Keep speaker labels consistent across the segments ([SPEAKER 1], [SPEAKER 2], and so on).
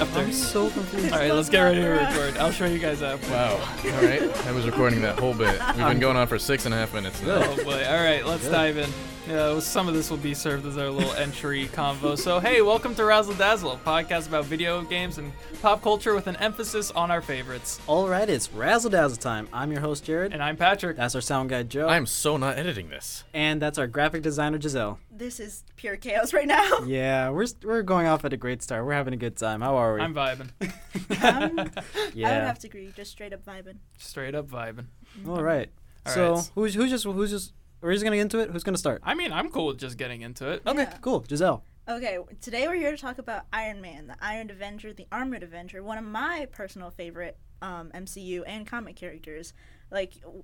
[SPEAKER 1] Up there.
[SPEAKER 2] I'm so confused.
[SPEAKER 1] All right, let's get ready to record. I'll show you guys up.
[SPEAKER 3] Wow. All right. I was recording that whole bit. We've been going on for six and a half minutes now.
[SPEAKER 1] Oh boy. All right, let's dive in. Yeah, some of this will be served as our little entry convo. So, hey, welcome to Razzle Dazzle, a podcast about video games and pop culture with an emphasis on our favorites.
[SPEAKER 2] All right, it's Razzle Dazzle time. I'm your host, Jared.
[SPEAKER 1] And I'm Patrick.
[SPEAKER 2] that's our sound guy, Joe.
[SPEAKER 3] I'm so not editing this.
[SPEAKER 2] and that's our graphic designer, Giselle.
[SPEAKER 4] This is pure chaos right now.
[SPEAKER 2] Yeah, we're, we're going off at a great start. We're having a good time. How are we?
[SPEAKER 1] I'm vibing.
[SPEAKER 4] Um,
[SPEAKER 2] yeah.
[SPEAKER 4] I would have to agree, just straight up vibing.
[SPEAKER 1] Straight up vibing.
[SPEAKER 2] All right.
[SPEAKER 1] All
[SPEAKER 2] so
[SPEAKER 1] right.
[SPEAKER 2] who's who's just who's just we're just gonna get into it. Who's gonna start?
[SPEAKER 1] I mean, I'm cool with just getting into it.
[SPEAKER 2] Okay,
[SPEAKER 4] Yeah.
[SPEAKER 2] cool. Giselle.
[SPEAKER 4] Okay, today we're here to talk about Iron Man, the Ironed Avenger, the Armored Avenger, one of my personal favorite um, MCU and comic characters. Like, w-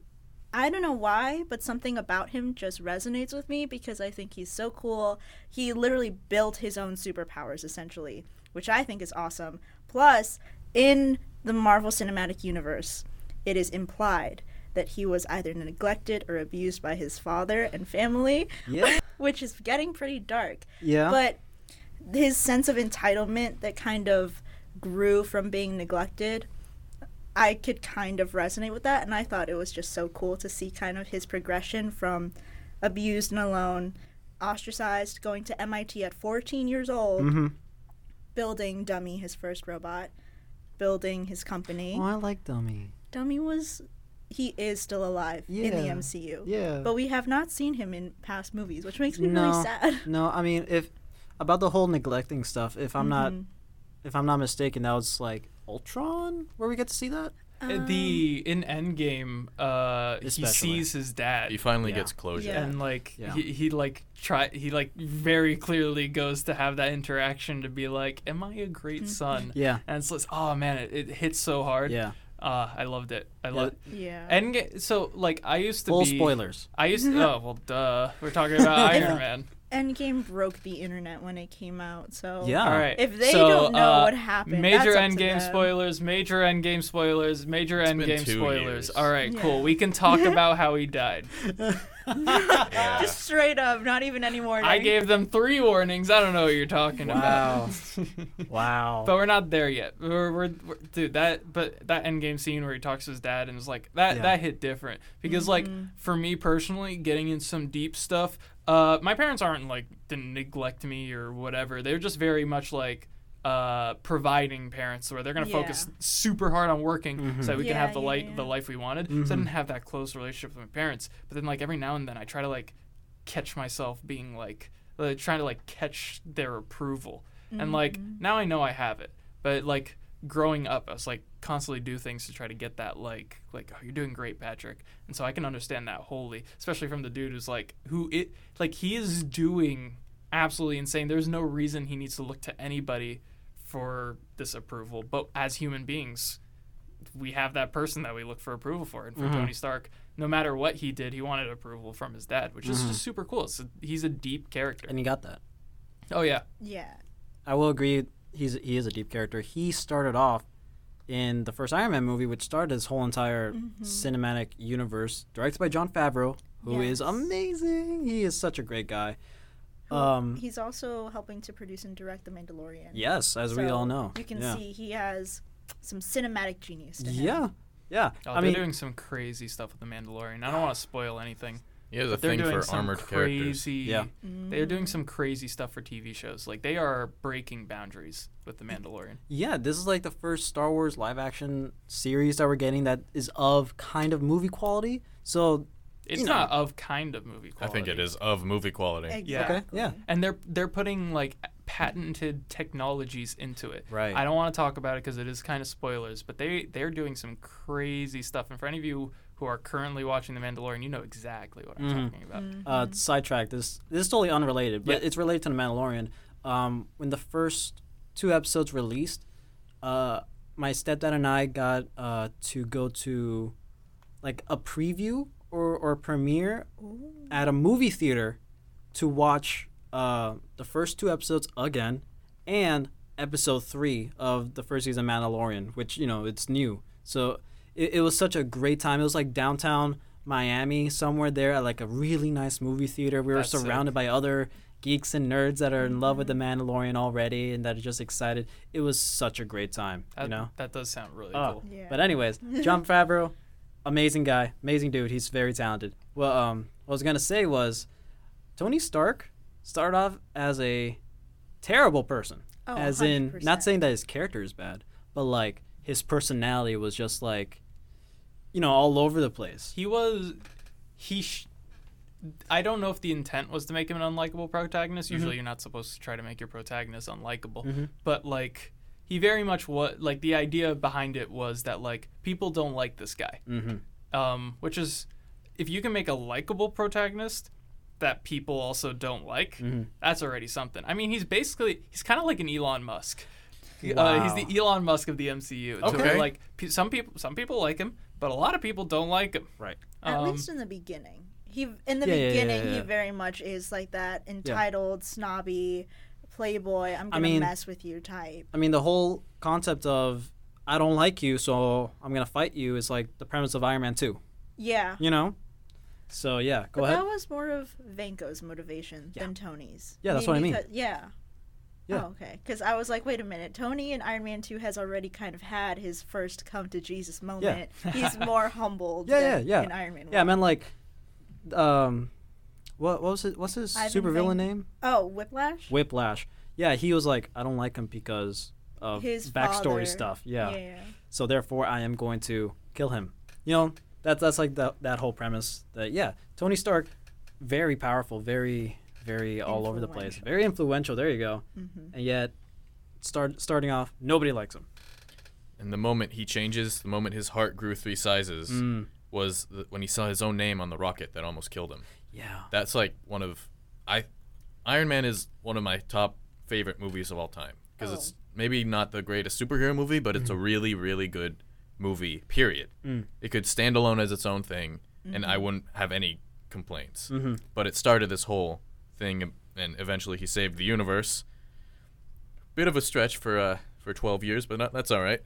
[SPEAKER 4] I don't know why, but something about him just resonates with me because I think he's so cool. He literally built his own superpowers, essentially, which I think is awesome. Plus, in the Marvel Cinematic Universe, it is implied that he was either neglected or abused by his father and family,
[SPEAKER 2] Yeah.
[SPEAKER 4] which is getting pretty dark
[SPEAKER 2] Yeah.
[SPEAKER 4] but his sense of entitlement that kind of grew from being neglected i could kind of resonate with that and i thought it was just so cool to see kind of his progression from abused and alone ostracized going to mit at 14 years old
[SPEAKER 2] hmm
[SPEAKER 4] building dummy his first robot building his company
[SPEAKER 2] Oh, I like dummy.
[SPEAKER 4] dummy was he is still alive in the
[SPEAKER 2] Yeah.
[SPEAKER 4] mcu
[SPEAKER 2] Yeah.
[SPEAKER 4] but we have not seen him in past movies which makes me
[SPEAKER 2] No.
[SPEAKER 4] really sad
[SPEAKER 2] no, I mean if about the whole neglecting stuff. If I'm not
[SPEAKER 4] Mm-hmm.
[SPEAKER 2] if I'm not mistaken, that was like Ultron, where we get to see that.
[SPEAKER 4] Um,
[SPEAKER 1] Uh, the in Endgame, uh, he
[SPEAKER 2] Especially.
[SPEAKER 1] sees his dad.
[SPEAKER 3] He finally
[SPEAKER 2] Yeah.
[SPEAKER 3] gets closure.
[SPEAKER 4] Yeah.
[SPEAKER 1] and like
[SPEAKER 2] Yeah.
[SPEAKER 1] he, he like try he like very clearly goes to have that interaction to be like am i a great son
[SPEAKER 2] Yeah.
[SPEAKER 1] and it's like oh man it, it hits so hard
[SPEAKER 2] Yeah.
[SPEAKER 1] uh i loved it i
[SPEAKER 2] Yeah.
[SPEAKER 1] loved
[SPEAKER 4] Um, yeah
[SPEAKER 1] and ga- so like i used to
[SPEAKER 2] Full
[SPEAKER 1] be
[SPEAKER 2] spoilers.
[SPEAKER 1] i used to oh well duh we're talking about iron man
[SPEAKER 4] Endgame broke the internet when it came out, so
[SPEAKER 2] Yeah.
[SPEAKER 1] all right
[SPEAKER 4] If they
[SPEAKER 1] so,
[SPEAKER 4] don't know
[SPEAKER 1] uh,
[SPEAKER 4] what happened,
[SPEAKER 1] Major
[SPEAKER 4] that's up to
[SPEAKER 1] endgame
[SPEAKER 4] them.
[SPEAKER 1] spoilers, major endgame spoilers, major
[SPEAKER 3] been
[SPEAKER 1] endgame
[SPEAKER 3] two
[SPEAKER 1] spoilers.
[SPEAKER 3] years.
[SPEAKER 1] All right,
[SPEAKER 4] Yeah.
[SPEAKER 1] cool. We can talk about how he died.
[SPEAKER 3] Yeah.
[SPEAKER 4] Just straight up, not even anymore.
[SPEAKER 1] I gave them three warnings. I don't know what you're talking about.
[SPEAKER 2] Wow. wow.
[SPEAKER 1] But we're not there yet. We're, we're, we're dude that but that end game scene where he talks to his dad and is like that
[SPEAKER 2] Yeah.
[SPEAKER 1] that hit different because like
[SPEAKER 4] Mm-hmm.
[SPEAKER 1] for me personally getting in some deep stuff. Uh, my parents aren't like didn't neglect me or whatever. They're just very much like uh providing parents where they're gonna
[SPEAKER 4] Yeah.
[SPEAKER 1] focus super hard on working so that we can
[SPEAKER 4] Yeah,
[SPEAKER 1] have the
[SPEAKER 4] yeah,
[SPEAKER 1] light
[SPEAKER 4] yeah.
[SPEAKER 1] the life we wanted. So I didn't have that close relationship with my parents. But then like every now and then I try to like catch myself being like uh, trying to like catch their approval and like now i know i have it but like growing up i was like constantly do things to try to get that like like oh you're doing great patrick and so i can understand that wholly especially from the dude who's like who it like he is doing absolutely insane there's no reason he needs to look to anybody for this approval but as human beings we have that person that we look for approval for. And for
[SPEAKER 3] Mm-hmm.
[SPEAKER 1] Tony Stark, no matter what he did, he wanted approval from his dad, which
[SPEAKER 3] Mm-hmm.
[SPEAKER 1] is just super cool. So he's a deep character.
[SPEAKER 2] and you got that.
[SPEAKER 1] oh yeah,
[SPEAKER 4] Yeah.
[SPEAKER 2] I will agree. He's he is a deep character. He started off in the first Iron Man movie, which started his whole entire
[SPEAKER 4] Mm-hmm.
[SPEAKER 2] cinematic universe, directed by John Favreau, who is
[SPEAKER 4] Yes.
[SPEAKER 2] amazing. He is such a great guy. Um,
[SPEAKER 4] He's also helping to produce and direct The Mandalorian.
[SPEAKER 2] yes, as we
[SPEAKER 4] So
[SPEAKER 2] all know,
[SPEAKER 4] You can
[SPEAKER 2] yeah.
[SPEAKER 4] see he has some cinematic genius. To him.
[SPEAKER 2] Yeah, yeah.
[SPEAKER 1] oh,
[SPEAKER 2] I
[SPEAKER 1] they're
[SPEAKER 2] mean,
[SPEAKER 1] doing some crazy stuff with the Mandalorian. I don't want to spoil anything.
[SPEAKER 3] He has a
[SPEAKER 1] But they're
[SPEAKER 3] thing
[SPEAKER 1] doing
[SPEAKER 3] for
[SPEAKER 1] some
[SPEAKER 3] armored characters.
[SPEAKER 1] crazy.
[SPEAKER 2] Yeah.
[SPEAKER 4] Mm-hmm.
[SPEAKER 1] They're doing some crazy stuff for TV shows. Like they are breaking boundaries with the Mandalorian.
[SPEAKER 2] yeah, this is like the first Star Wars live action series that we're getting that is of kind of movie quality. So
[SPEAKER 1] It's
[SPEAKER 2] You know.
[SPEAKER 1] not of kind of movie
[SPEAKER 3] I
[SPEAKER 1] quality.
[SPEAKER 3] think it is of movie quality.
[SPEAKER 4] Exactly.
[SPEAKER 1] Yeah.
[SPEAKER 2] okay, yeah,
[SPEAKER 1] and they're they're putting like patented technologies into it.
[SPEAKER 2] Right.
[SPEAKER 1] I don't want to talk about it because it is kind of spoilers, but they they're doing some crazy stuff. And for any of you who are currently watching The Mandalorian, you know exactly what I'm talking about.
[SPEAKER 2] uh, sidetrack. This this is totally unrelated, but
[SPEAKER 1] Yeah.
[SPEAKER 2] it's related to the Mandalorian. Um, when the first two episodes released, uh, my stepdad and I got uh, to go to like a preview or, or premiere at a movie theater to watch uh, the first two episodes again and episode three of the first season of Mandalorian, which you know it's new. So it, it was such a great time. It was like downtown Miami, somewhere there at like a really nice movie theater. We were
[SPEAKER 1] That's sick. Mm-hmm.
[SPEAKER 2] surrounded by other geeks and nerds that are in love with the Mandalorian already and that are just excited. It was such a great time,
[SPEAKER 1] That,
[SPEAKER 2] you know.
[SPEAKER 1] that does sound really
[SPEAKER 2] Oh,
[SPEAKER 1] cool.
[SPEAKER 4] Yeah.
[SPEAKER 2] But anyways, John Favreau, amazing guy, amazing dude. He's very talented. Well, um, what I was gonna say was, Tony Stark started off as a terrible person,
[SPEAKER 4] Oh,
[SPEAKER 2] as in not
[SPEAKER 4] 100%.
[SPEAKER 2] saying that his character is bad, but like his personality was just like, you know, all over the place.
[SPEAKER 1] He was he. Sh- I don't know if the intent was to make him an unlikable protagonist.
[SPEAKER 2] Mm-hmm.
[SPEAKER 1] Usually, you're not supposed to try to make your protagonist unlikable. But like, he very much what like the idea behind it was that like people don't like this guy,
[SPEAKER 2] Mhm.
[SPEAKER 1] um, which is if you can make a likable protagonist that people also don't like,
[SPEAKER 2] Mm-hmm.
[SPEAKER 1] that's already something. I mean, he's basically he's kind of like an Elon Musk. Uh, he's
[SPEAKER 2] Wow.
[SPEAKER 1] the Elon Musk of the MCU. To where,
[SPEAKER 3] Okay.
[SPEAKER 1] like pe- some people, some people like him, but a lot of people don't like him.
[SPEAKER 2] Right.
[SPEAKER 4] At
[SPEAKER 1] Um,
[SPEAKER 4] least in the beginning. He in the
[SPEAKER 2] Yeah, yeah, yeah,
[SPEAKER 4] beginning
[SPEAKER 2] yeah,
[SPEAKER 4] he
[SPEAKER 2] yeah.
[SPEAKER 4] very much is like that entitled, snobby, playboy, I'm gonna
[SPEAKER 2] mean-
[SPEAKER 4] mess with you type.
[SPEAKER 2] I mean, the whole concept of I don't like you, so I'm gonna fight you is like the premise of Iron Man Two.
[SPEAKER 4] Yeah.
[SPEAKER 2] You know. So yeah, go
[SPEAKER 4] but
[SPEAKER 2] ahead.
[SPEAKER 4] that was more of Vanko's motivation
[SPEAKER 2] Yeah.
[SPEAKER 4] than Tony's.
[SPEAKER 2] Yeah, that's what I mean.
[SPEAKER 4] because- yeah.
[SPEAKER 2] Yeah.
[SPEAKER 4] Oh, okay. Because I was like, wait a minute. Tony in Iron Man 2 has already kind of had his first come to Jesus moment. He's more humbled
[SPEAKER 2] Yeah,
[SPEAKER 4] than
[SPEAKER 2] yeah, yeah.
[SPEAKER 4] in Iron Man 1.
[SPEAKER 2] Yeah, man. Like, um, what what was it? What's his
[SPEAKER 4] Ivan
[SPEAKER 2] supervillain
[SPEAKER 4] Vang-
[SPEAKER 2] name?
[SPEAKER 4] Oh, Whiplash?
[SPEAKER 2] Whiplash. Yeah, he was like, I don't like him because of
[SPEAKER 4] His
[SPEAKER 2] backstory
[SPEAKER 4] father.
[SPEAKER 2] stuff. Yeah.
[SPEAKER 4] yeah. yeah.
[SPEAKER 2] So therefore, I am going to kill him. You know, that's that's like the, that whole premise. That yeah, Tony Stark, very powerful, very very all over the place,
[SPEAKER 4] Influential. Mm-hmm.
[SPEAKER 2] very influential. There you go. And yet, start starting off, nobody likes him.
[SPEAKER 3] And the moment he changes, the moment his heart grew three sizes,
[SPEAKER 1] Mm.
[SPEAKER 3] was th- when he saw his own name on the rocket that almost killed him.
[SPEAKER 2] Yeah.
[SPEAKER 3] That's like one of I Iron Man is one of my top favorite movies of all time because it's
[SPEAKER 2] Oh.
[SPEAKER 3] maybe not the greatest superhero movie, but it's a
[SPEAKER 2] Mm.
[SPEAKER 3] really really good movie. Period. It could stand alone as its own thing,
[SPEAKER 2] Mm-hmm.
[SPEAKER 3] and I wouldn't have any complaints. But it started this whole thing, um, and eventually he saved the universe. Bit of a stretch for uh, for 12 years, but not, that's all right.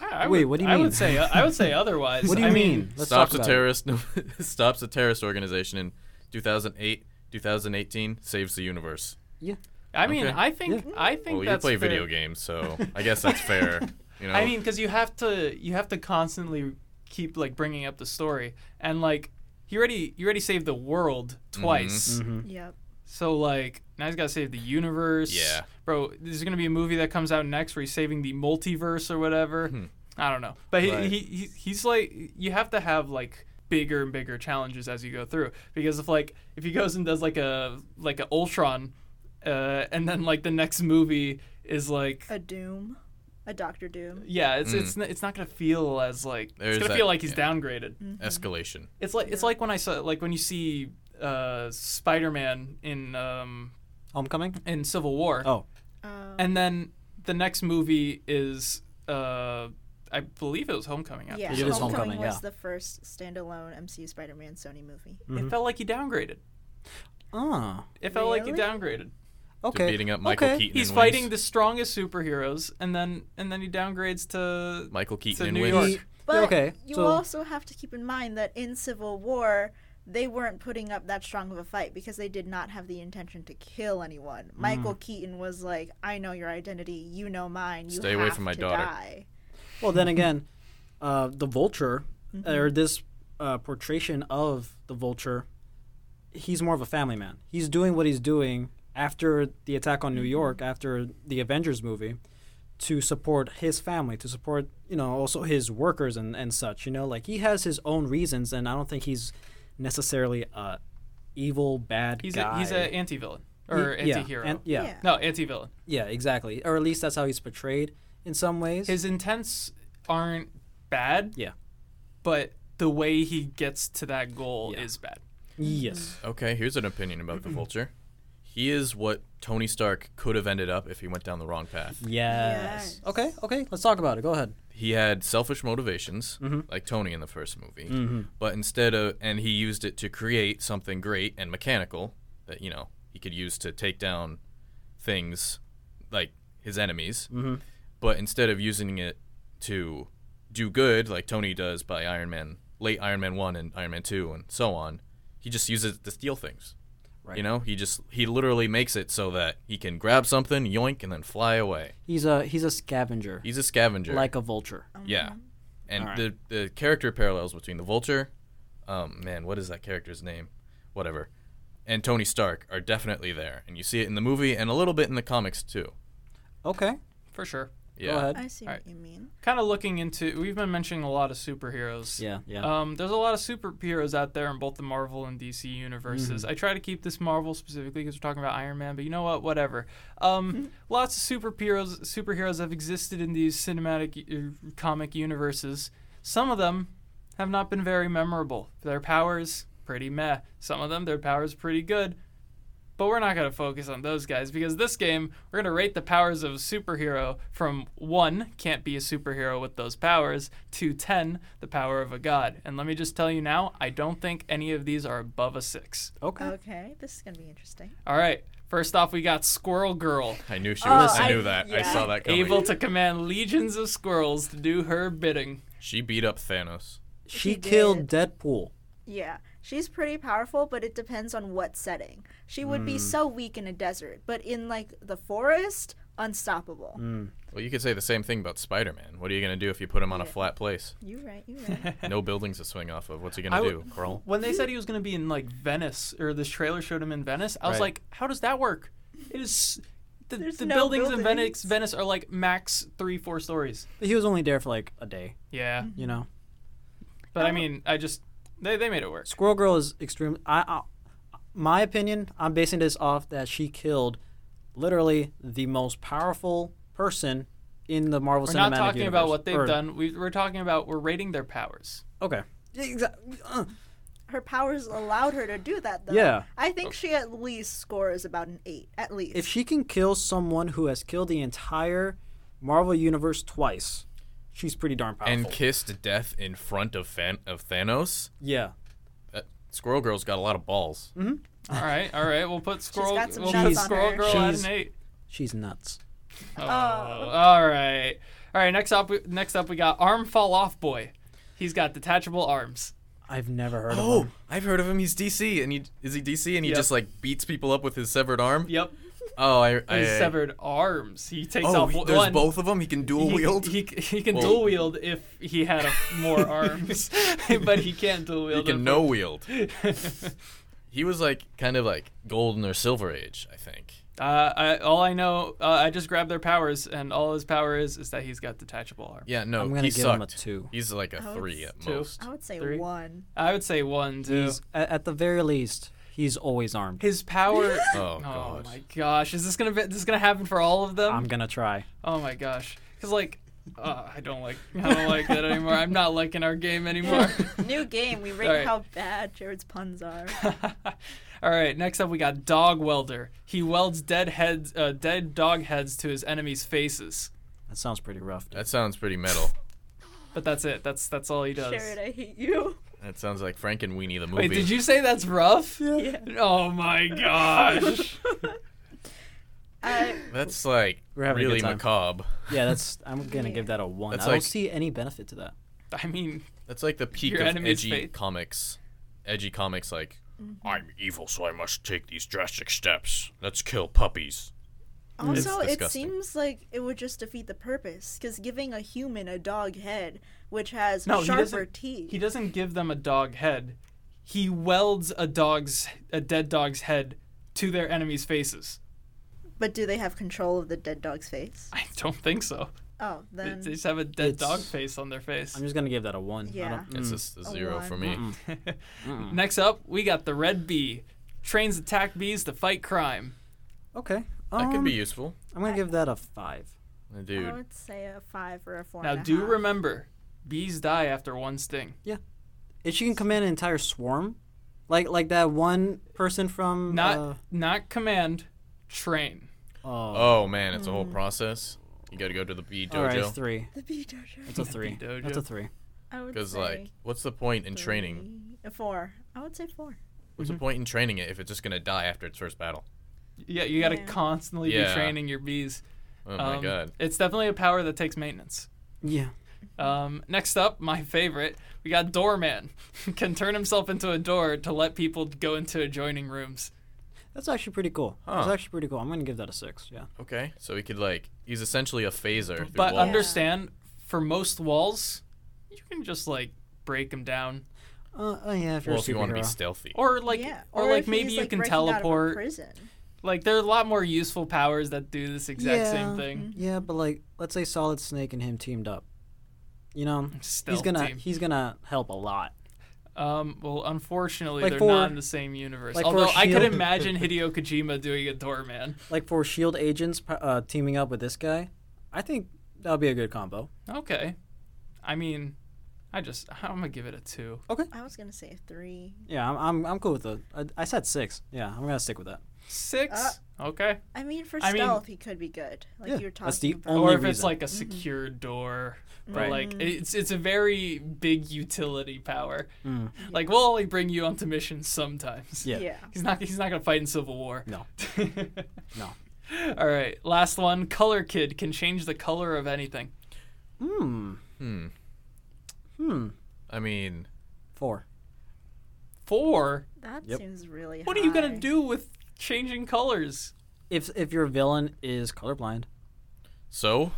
[SPEAKER 1] I, I
[SPEAKER 2] Wait,
[SPEAKER 1] would,
[SPEAKER 2] what do you
[SPEAKER 1] I
[SPEAKER 2] mean?
[SPEAKER 1] would say uh, I would say otherwise.
[SPEAKER 2] What do you
[SPEAKER 1] I
[SPEAKER 2] mean? Let's talk
[SPEAKER 3] stops a
[SPEAKER 2] about it.
[SPEAKER 3] terrorist stops a terrorist organization in 2008 2018 saves the universe
[SPEAKER 2] Yeah.
[SPEAKER 1] I mean,
[SPEAKER 3] Okay.
[SPEAKER 1] I think I think
[SPEAKER 3] well you
[SPEAKER 1] that's
[SPEAKER 3] play
[SPEAKER 1] fair.
[SPEAKER 3] video games so i guess that's fair you know
[SPEAKER 1] I mean, because you have to you have to constantly keep like bringing up the story, and like he already you already saved the world
[SPEAKER 3] Mm-hmm.
[SPEAKER 1] twice,
[SPEAKER 4] Yep.
[SPEAKER 1] so like now he's got to save the universe.
[SPEAKER 3] Yeah.
[SPEAKER 1] bro, there's gonna be a movie that comes out next where he's saving the multiverse or whatever.
[SPEAKER 3] Hmm.
[SPEAKER 1] I don't know, but he,
[SPEAKER 2] Right.
[SPEAKER 1] he, he he's like you have to have like bigger and bigger challenges as you go through because if like if he goes and does like a like a Ultron, uh, and then like the next movie is like
[SPEAKER 4] A Doom. A Doctor Doom.
[SPEAKER 1] yeah, it's it's n- it's not gonna feel as like
[SPEAKER 3] Hmm. There's
[SPEAKER 1] it's gonna
[SPEAKER 3] that-
[SPEAKER 1] feel like he's
[SPEAKER 3] yeah.
[SPEAKER 1] downgraded.
[SPEAKER 3] escalation
[SPEAKER 1] It's like it's like when I saw like when you see uh, Spider-Man in um,
[SPEAKER 2] Homecoming.
[SPEAKER 1] in Civil War,
[SPEAKER 2] Oh.
[SPEAKER 4] Uh,
[SPEAKER 1] and then the next movie is uh, I believe it was Homecoming. After
[SPEAKER 4] yeah,
[SPEAKER 1] that.
[SPEAKER 2] It is
[SPEAKER 4] Homecoming,
[SPEAKER 2] Homecoming,
[SPEAKER 4] was
[SPEAKER 2] yeah.
[SPEAKER 4] the first standalone MCU Spider-Man Sony movie.
[SPEAKER 1] it felt like he downgraded.
[SPEAKER 2] Ah.
[SPEAKER 1] It felt like
[SPEAKER 4] Really?
[SPEAKER 1] he downgraded.
[SPEAKER 2] Okay.
[SPEAKER 3] beating up Michael
[SPEAKER 2] okay.
[SPEAKER 3] Keaton
[SPEAKER 1] He's
[SPEAKER 3] and
[SPEAKER 1] fighting
[SPEAKER 3] wins.
[SPEAKER 1] the strongest superheroes, and then and then he downgrades to
[SPEAKER 3] michael keaton
[SPEAKER 1] to
[SPEAKER 3] and
[SPEAKER 1] New
[SPEAKER 3] wins.
[SPEAKER 1] York.
[SPEAKER 2] He-
[SPEAKER 4] But
[SPEAKER 2] okay.
[SPEAKER 4] you
[SPEAKER 2] so
[SPEAKER 4] also have to keep in mind that in Civil War, they weren't putting up that strong of a fight because they did not have the intention to kill anyone.
[SPEAKER 2] Mm.
[SPEAKER 4] Michael Keaton was like, "I know your identity. You know mine. You
[SPEAKER 3] Stay away
[SPEAKER 4] have
[SPEAKER 3] from my
[SPEAKER 4] to
[SPEAKER 3] daughter."
[SPEAKER 4] Die.
[SPEAKER 2] Well, then again, uh, the vulture,
[SPEAKER 4] Mm-hmm.
[SPEAKER 2] or this uh, portrayal of the vulture, he's more of a family man. He's doing what he's doing after the attack
[SPEAKER 4] Mm-hmm.
[SPEAKER 2] on New York, after the Avengers movie, to support his family, to support, you know, also his workers and, and such. You know, like he has his own reasons, and I don't think he's necessarily a evil, bad
[SPEAKER 1] He's
[SPEAKER 2] guy.
[SPEAKER 1] a, he's an anti-villain or
[SPEAKER 2] yeah,
[SPEAKER 1] anti-hero.
[SPEAKER 2] and- yeah,
[SPEAKER 4] Yeah.
[SPEAKER 1] No, anti-villain.
[SPEAKER 2] yeah, exactly. Or at least that's how he's portrayed in some ways.
[SPEAKER 1] his intents aren't bad.
[SPEAKER 2] Yeah.
[SPEAKER 1] But the way he gets to that goal
[SPEAKER 2] Yeah.
[SPEAKER 1] is bad.
[SPEAKER 2] yes.
[SPEAKER 3] okay here's an opinion about the vulture he is what tony stark could have ended up if he went down the wrong path
[SPEAKER 2] Yes.
[SPEAKER 4] Yes.
[SPEAKER 2] Okay, okay. Let's talk about it. Go ahead.
[SPEAKER 3] he had selfish motivations
[SPEAKER 2] Mm-hmm.
[SPEAKER 3] like tony in the first movie but instead of and he used it to create something great and mechanical that you know he could use to take down things like his enemies
[SPEAKER 2] Mm-hmm.
[SPEAKER 3] but instead of using it to do good like tony does by iron man late iron man 1 and iron man 2 and so on he just uses it to steal things
[SPEAKER 2] Right.
[SPEAKER 3] You know, he just he literally makes it so that he can grab something, yoink, and then fly away.
[SPEAKER 2] He's a he's a scavenger,
[SPEAKER 3] He's a scavenger.
[SPEAKER 2] like a vulture.
[SPEAKER 3] yeah,
[SPEAKER 4] Mm-hmm.
[SPEAKER 3] and
[SPEAKER 2] Alright.
[SPEAKER 3] the the character parallels between the Vulture, um, man, what is that character's name? Whatever, and Tony Stark are definitely there, and you see it in the movie and a little bit in the comics too.
[SPEAKER 2] Okay.
[SPEAKER 1] for sure.
[SPEAKER 3] Yeah.
[SPEAKER 2] Go ahead.
[SPEAKER 4] I see
[SPEAKER 1] Alright.
[SPEAKER 4] what you mean.
[SPEAKER 1] Kind of looking into. We've been mentioning a lot of superheroes.
[SPEAKER 2] Yeah. Yeah. Uh,
[SPEAKER 1] Um, there's a lot of superheroes out there in both the Marvel and DC universes. I try to keep this Marvel specifically because we're talking about Iron Man, but you know what? Whatever. Um, lots of superheroes superheroes have existed in these cinematic uh, comic universes. Some of them have not been very memorable. Their powers pretty meh. Some of them their powers pretty good. But we're not going to focus on those guys because this game, we're going to rate the powers of a superhero from 1, can't be a superhero with those powers, to 10, the power of a god. And let me just tell you now, I don't think any of these are above a 6.
[SPEAKER 2] okay.
[SPEAKER 4] Okay, this is gonna be interesting.
[SPEAKER 1] All right, first off, we got Squirrel Girl,
[SPEAKER 3] I knew she
[SPEAKER 4] Oh,
[SPEAKER 3] was. I
[SPEAKER 4] I-
[SPEAKER 3] knew that. I
[SPEAKER 4] yeah.
[SPEAKER 3] saw that coming.
[SPEAKER 1] able to command legions of squirrels to do her bidding.
[SPEAKER 3] She beat up Thanos.
[SPEAKER 2] she
[SPEAKER 4] She
[SPEAKER 2] killed Deadpool.
[SPEAKER 4] Yeah, she's pretty powerful, but it depends on what setting. She would
[SPEAKER 2] Mm.
[SPEAKER 4] be so weak in a desert, but in like the forest, unstoppable.
[SPEAKER 2] Mm.
[SPEAKER 3] Well, you could say the same thing about Spider-Man. What are you gonna do if you put him on a
[SPEAKER 4] Yeah.
[SPEAKER 3] flat place?
[SPEAKER 4] You right, you right.
[SPEAKER 3] No buildings to swing off of. What's he gonna
[SPEAKER 1] I
[SPEAKER 3] do?
[SPEAKER 1] w-
[SPEAKER 3] Crawl.
[SPEAKER 1] When they said he was going to be in like Venice, or this trailer showed him in Venice, I was
[SPEAKER 2] Right.
[SPEAKER 1] like, how does that work? It is the,
[SPEAKER 4] There's
[SPEAKER 1] the
[SPEAKER 4] no
[SPEAKER 1] buildings, in Venice,
[SPEAKER 4] buildings.
[SPEAKER 1] Venice are like max three, four stories.
[SPEAKER 2] But he was only there for like a day.
[SPEAKER 1] Yeah,
[SPEAKER 2] You know.
[SPEAKER 4] Oh.
[SPEAKER 1] but I mean, I just they they made it work.
[SPEAKER 2] Squirrel Girl is extremely. I, I, my opinion, I'm basing this off that she killed literally the most powerful person in the Marvel
[SPEAKER 1] We're
[SPEAKER 2] Cinematic
[SPEAKER 1] not talking
[SPEAKER 2] Universe.
[SPEAKER 1] about what they've
[SPEAKER 2] Or-
[SPEAKER 1] done. We, we're talking about we're rating their powers.
[SPEAKER 2] Okay. Yeah, exa- uh,
[SPEAKER 4] Her powers allowed her to do that, though.
[SPEAKER 2] Yeah.
[SPEAKER 4] I think she at least scores about an eight, at least.
[SPEAKER 2] If she can kill someone who has killed the entire Marvel Universe twice, she's pretty darn powerful.
[SPEAKER 3] And kissed death in front of fan- of Thanos.
[SPEAKER 2] yeah.
[SPEAKER 3] That Squirrel Girl's got a lot of balls.
[SPEAKER 1] All right, all right. We'll put squirrel.
[SPEAKER 4] got some
[SPEAKER 1] We'll
[SPEAKER 4] nuts
[SPEAKER 1] put
[SPEAKER 4] on
[SPEAKER 1] squirrel
[SPEAKER 4] her.
[SPEAKER 1] girl at
[SPEAKER 2] She's-
[SPEAKER 1] an eight.
[SPEAKER 2] She's nuts.
[SPEAKER 1] Oh, all right, all right. Next up, we- next up, we got arm fall off boy. He's got detachable arms.
[SPEAKER 2] I've never heard of
[SPEAKER 1] Uh-huh.
[SPEAKER 3] Oh,
[SPEAKER 2] him.
[SPEAKER 3] I've heard of him. He's DC, and he is he DC, and he
[SPEAKER 1] Yep.
[SPEAKER 3] just like beats people up with his severed arm.
[SPEAKER 1] Yep,
[SPEAKER 3] Oh, I, I
[SPEAKER 1] his severed arms. He takes
[SPEAKER 3] Oh,
[SPEAKER 1] off
[SPEAKER 3] he-
[SPEAKER 1] one.
[SPEAKER 3] there's both of them. He can dual
[SPEAKER 1] He-
[SPEAKER 3] wield.
[SPEAKER 1] He, he, can
[SPEAKER 3] Whoa.
[SPEAKER 1] dual wield if he had a, more arms, but he can't dual
[SPEAKER 3] He
[SPEAKER 1] wield.
[SPEAKER 3] can
[SPEAKER 1] if-
[SPEAKER 3] no wield. He was like kind of like golden or silver age, I think.
[SPEAKER 1] Uh, I, all I know, uh, I just grabbed their powers, and all his power is is that he's got detachable arm.
[SPEAKER 3] Yeah, no,
[SPEAKER 2] I'm gonna
[SPEAKER 3] he
[SPEAKER 2] give
[SPEAKER 3] sucked.
[SPEAKER 2] him a two.
[SPEAKER 3] He's like a
[SPEAKER 4] I would
[SPEAKER 3] three
[SPEAKER 4] s-
[SPEAKER 3] at
[SPEAKER 1] Oh, two.
[SPEAKER 3] most.
[SPEAKER 4] I would say
[SPEAKER 1] Three.
[SPEAKER 4] one.
[SPEAKER 1] I would say one too.
[SPEAKER 2] He's, at, at the very least, he's always armed.
[SPEAKER 1] His power.
[SPEAKER 3] Oh,
[SPEAKER 1] oh
[SPEAKER 3] God.
[SPEAKER 1] my gosh, is this gonna be, this is gonna happen for all of them?
[SPEAKER 2] I'm gonna try.
[SPEAKER 1] oh my gosh, because like, uh, I don't like I don't like that anymore. I'm not liking our game anymore.
[SPEAKER 4] New game, we rate
[SPEAKER 1] Alright.
[SPEAKER 4] how bad Jared's puns are.
[SPEAKER 1] All right, next up we got Dog Welder. He welds dead heads, uh, dead dog heads to his enemies' faces.
[SPEAKER 2] That sounds pretty rough. Dude.
[SPEAKER 3] That sounds pretty metal.
[SPEAKER 1] But that's it. That's that's all he does.
[SPEAKER 4] Jared, I hate you.
[SPEAKER 3] that sounds like Frank and Weenie the movie.
[SPEAKER 1] Wait, did you say that's rough?
[SPEAKER 4] Yeah.
[SPEAKER 1] Oh my gosh.
[SPEAKER 4] I,
[SPEAKER 3] That's like
[SPEAKER 2] We're having a good
[SPEAKER 3] really
[SPEAKER 2] time.
[SPEAKER 3] macabre.
[SPEAKER 2] Yeah, that's. I'm gonna give that a one.
[SPEAKER 3] That's
[SPEAKER 2] I don't
[SPEAKER 3] like-
[SPEAKER 2] see any benefit to that.
[SPEAKER 1] I mean,
[SPEAKER 3] That's like the peak
[SPEAKER 1] Your
[SPEAKER 3] of
[SPEAKER 1] enemy's
[SPEAKER 3] edgy
[SPEAKER 1] fate.
[SPEAKER 3] comics. Edgy comics like
[SPEAKER 2] Mm-hmm.
[SPEAKER 3] I'm evil, so I must take these drastic steps. Let's kill puppies.
[SPEAKER 4] also, it
[SPEAKER 3] disgusting.
[SPEAKER 4] seems like it would just defeat the purpose, because giving a human a dog head, which has
[SPEAKER 1] No, he
[SPEAKER 4] sharper
[SPEAKER 1] doesn't-
[SPEAKER 4] teeth.
[SPEAKER 1] he doesn't give them a dog head. He welds a dog's a dead dog's head to their enemies' faces.
[SPEAKER 4] But do they have control of the dead dog's face?
[SPEAKER 1] I don't think so.
[SPEAKER 4] Oh,
[SPEAKER 1] They
[SPEAKER 4] then
[SPEAKER 1] they just have a dead
[SPEAKER 2] It's-
[SPEAKER 1] dog face on their face.
[SPEAKER 2] I'm just gonna give that a one. I
[SPEAKER 4] Yeah.
[SPEAKER 2] don't- mm,
[SPEAKER 3] It's just a
[SPEAKER 4] A
[SPEAKER 3] zero for me. hmm.
[SPEAKER 1] Next up, we got the red bee. Trains attack bees to fight crime.
[SPEAKER 2] okay.
[SPEAKER 3] That
[SPEAKER 2] Um, uh,
[SPEAKER 3] could be useful.
[SPEAKER 2] I'm gonna give that a five.
[SPEAKER 3] Dude,
[SPEAKER 4] I would say a five or a four.
[SPEAKER 1] Now,
[SPEAKER 4] and a
[SPEAKER 1] do
[SPEAKER 4] half.
[SPEAKER 1] remember, bees die after one sting.
[SPEAKER 2] If she can command an entire swarm, like like that one person from
[SPEAKER 1] Not
[SPEAKER 2] uh,
[SPEAKER 1] not command, train.
[SPEAKER 2] oh,
[SPEAKER 3] Oh man, it's a whole process. You got to go to the bee
[SPEAKER 2] all right, it's
[SPEAKER 3] dojo
[SPEAKER 2] three.
[SPEAKER 4] the bee dojo.
[SPEAKER 2] That's a three. E
[SPEAKER 1] dojo.
[SPEAKER 2] That's a three.
[SPEAKER 4] I would
[SPEAKER 3] because
[SPEAKER 4] say
[SPEAKER 3] like, what's the point in training?
[SPEAKER 4] three- a four. I would say four.
[SPEAKER 3] What's the point in training it if it's just gonna die after its first battle?
[SPEAKER 1] Yeah, you got to
[SPEAKER 4] Yeah.
[SPEAKER 1] constantly be
[SPEAKER 3] Yeah.
[SPEAKER 1] training your bees.
[SPEAKER 3] Oh my
[SPEAKER 1] Um,
[SPEAKER 3] god.
[SPEAKER 1] It's definitely a power that takes maintenance.
[SPEAKER 2] Yeah.
[SPEAKER 1] Um, next up, my favorite, we got Doorman. Can turn himself into a door to let people go into adjoining rooms.
[SPEAKER 2] That's actually pretty cool. That's
[SPEAKER 3] Huh.
[SPEAKER 2] actually pretty cool. I'm gonna give that a six. Yeah.
[SPEAKER 3] Okay, so he could like he's essentially a phaser. through
[SPEAKER 1] But
[SPEAKER 3] walls.
[SPEAKER 1] understand, for most walls, you can just like break them down,
[SPEAKER 2] Uh, oh yeah, if you're
[SPEAKER 3] well,
[SPEAKER 2] a
[SPEAKER 3] if you want to be
[SPEAKER 2] superhero.
[SPEAKER 3] stealthy.
[SPEAKER 1] or like,
[SPEAKER 4] yeah.
[SPEAKER 1] or,
[SPEAKER 4] if
[SPEAKER 1] like
[SPEAKER 4] he's,
[SPEAKER 1] maybe you
[SPEAKER 4] like,
[SPEAKER 1] can
[SPEAKER 4] breaking out of a
[SPEAKER 1] teleport.
[SPEAKER 4] prison.
[SPEAKER 1] Like there are a lot more useful powers that do this exact
[SPEAKER 2] Yeah.
[SPEAKER 1] same
[SPEAKER 4] Mm-hmm.
[SPEAKER 1] thing.
[SPEAKER 2] yeah, but like, let's say Solid Snake and him teamed up. You know,
[SPEAKER 1] Stealth
[SPEAKER 2] he's gonna
[SPEAKER 1] team.
[SPEAKER 2] he's gonna help a lot.
[SPEAKER 1] Um, well, unfortunately,
[SPEAKER 2] Like
[SPEAKER 1] they're
[SPEAKER 2] for-
[SPEAKER 1] not in the same universe.
[SPEAKER 2] like for
[SPEAKER 1] Although I could
[SPEAKER 2] Shield.
[SPEAKER 1] imagine Hideo Kojima doing a doorman.
[SPEAKER 2] Like for Shield agents uh, teaming up with this guy, I think that'll be a good combo.
[SPEAKER 1] Okay, I mean, I just I'm gonna give it a two.
[SPEAKER 4] I was gonna say three.
[SPEAKER 2] Yeah, I'm I'm, I'm cool with the. I, I said six. Yeah, I'm gonna stick with that.
[SPEAKER 4] Uh,
[SPEAKER 1] Six. okay.
[SPEAKER 4] I mean, for
[SPEAKER 1] I mean-
[SPEAKER 4] stealth, he could be good. Like
[SPEAKER 2] Yeah,
[SPEAKER 4] you were talking
[SPEAKER 2] that's the
[SPEAKER 4] about.
[SPEAKER 2] only-
[SPEAKER 1] or if it's
[SPEAKER 2] reason.
[SPEAKER 1] like a
[SPEAKER 4] Mm-hmm.
[SPEAKER 1] secure door but
[SPEAKER 2] Right.
[SPEAKER 4] Mm.
[SPEAKER 1] like it's it's a very big utility power
[SPEAKER 2] Mm.
[SPEAKER 1] like we'll only bring you onto missions sometimes
[SPEAKER 2] Yeah.
[SPEAKER 4] yeah.
[SPEAKER 1] he's not he's not gonna fight in civil war
[SPEAKER 2] No. No.
[SPEAKER 1] all right last one color kid can change the color of anything
[SPEAKER 2] Hmm.
[SPEAKER 3] Hmm.
[SPEAKER 2] Hmm.
[SPEAKER 3] I mean,
[SPEAKER 2] Four.
[SPEAKER 1] four
[SPEAKER 4] That
[SPEAKER 2] Yep.
[SPEAKER 4] seems really.
[SPEAKER 1] what are you
[SPEAKER 4] high.
[SPEAKER 1] gonna do with changing colors
[SPEAKER 2] If if your villain is colorblind,
[SPEAKER 3] so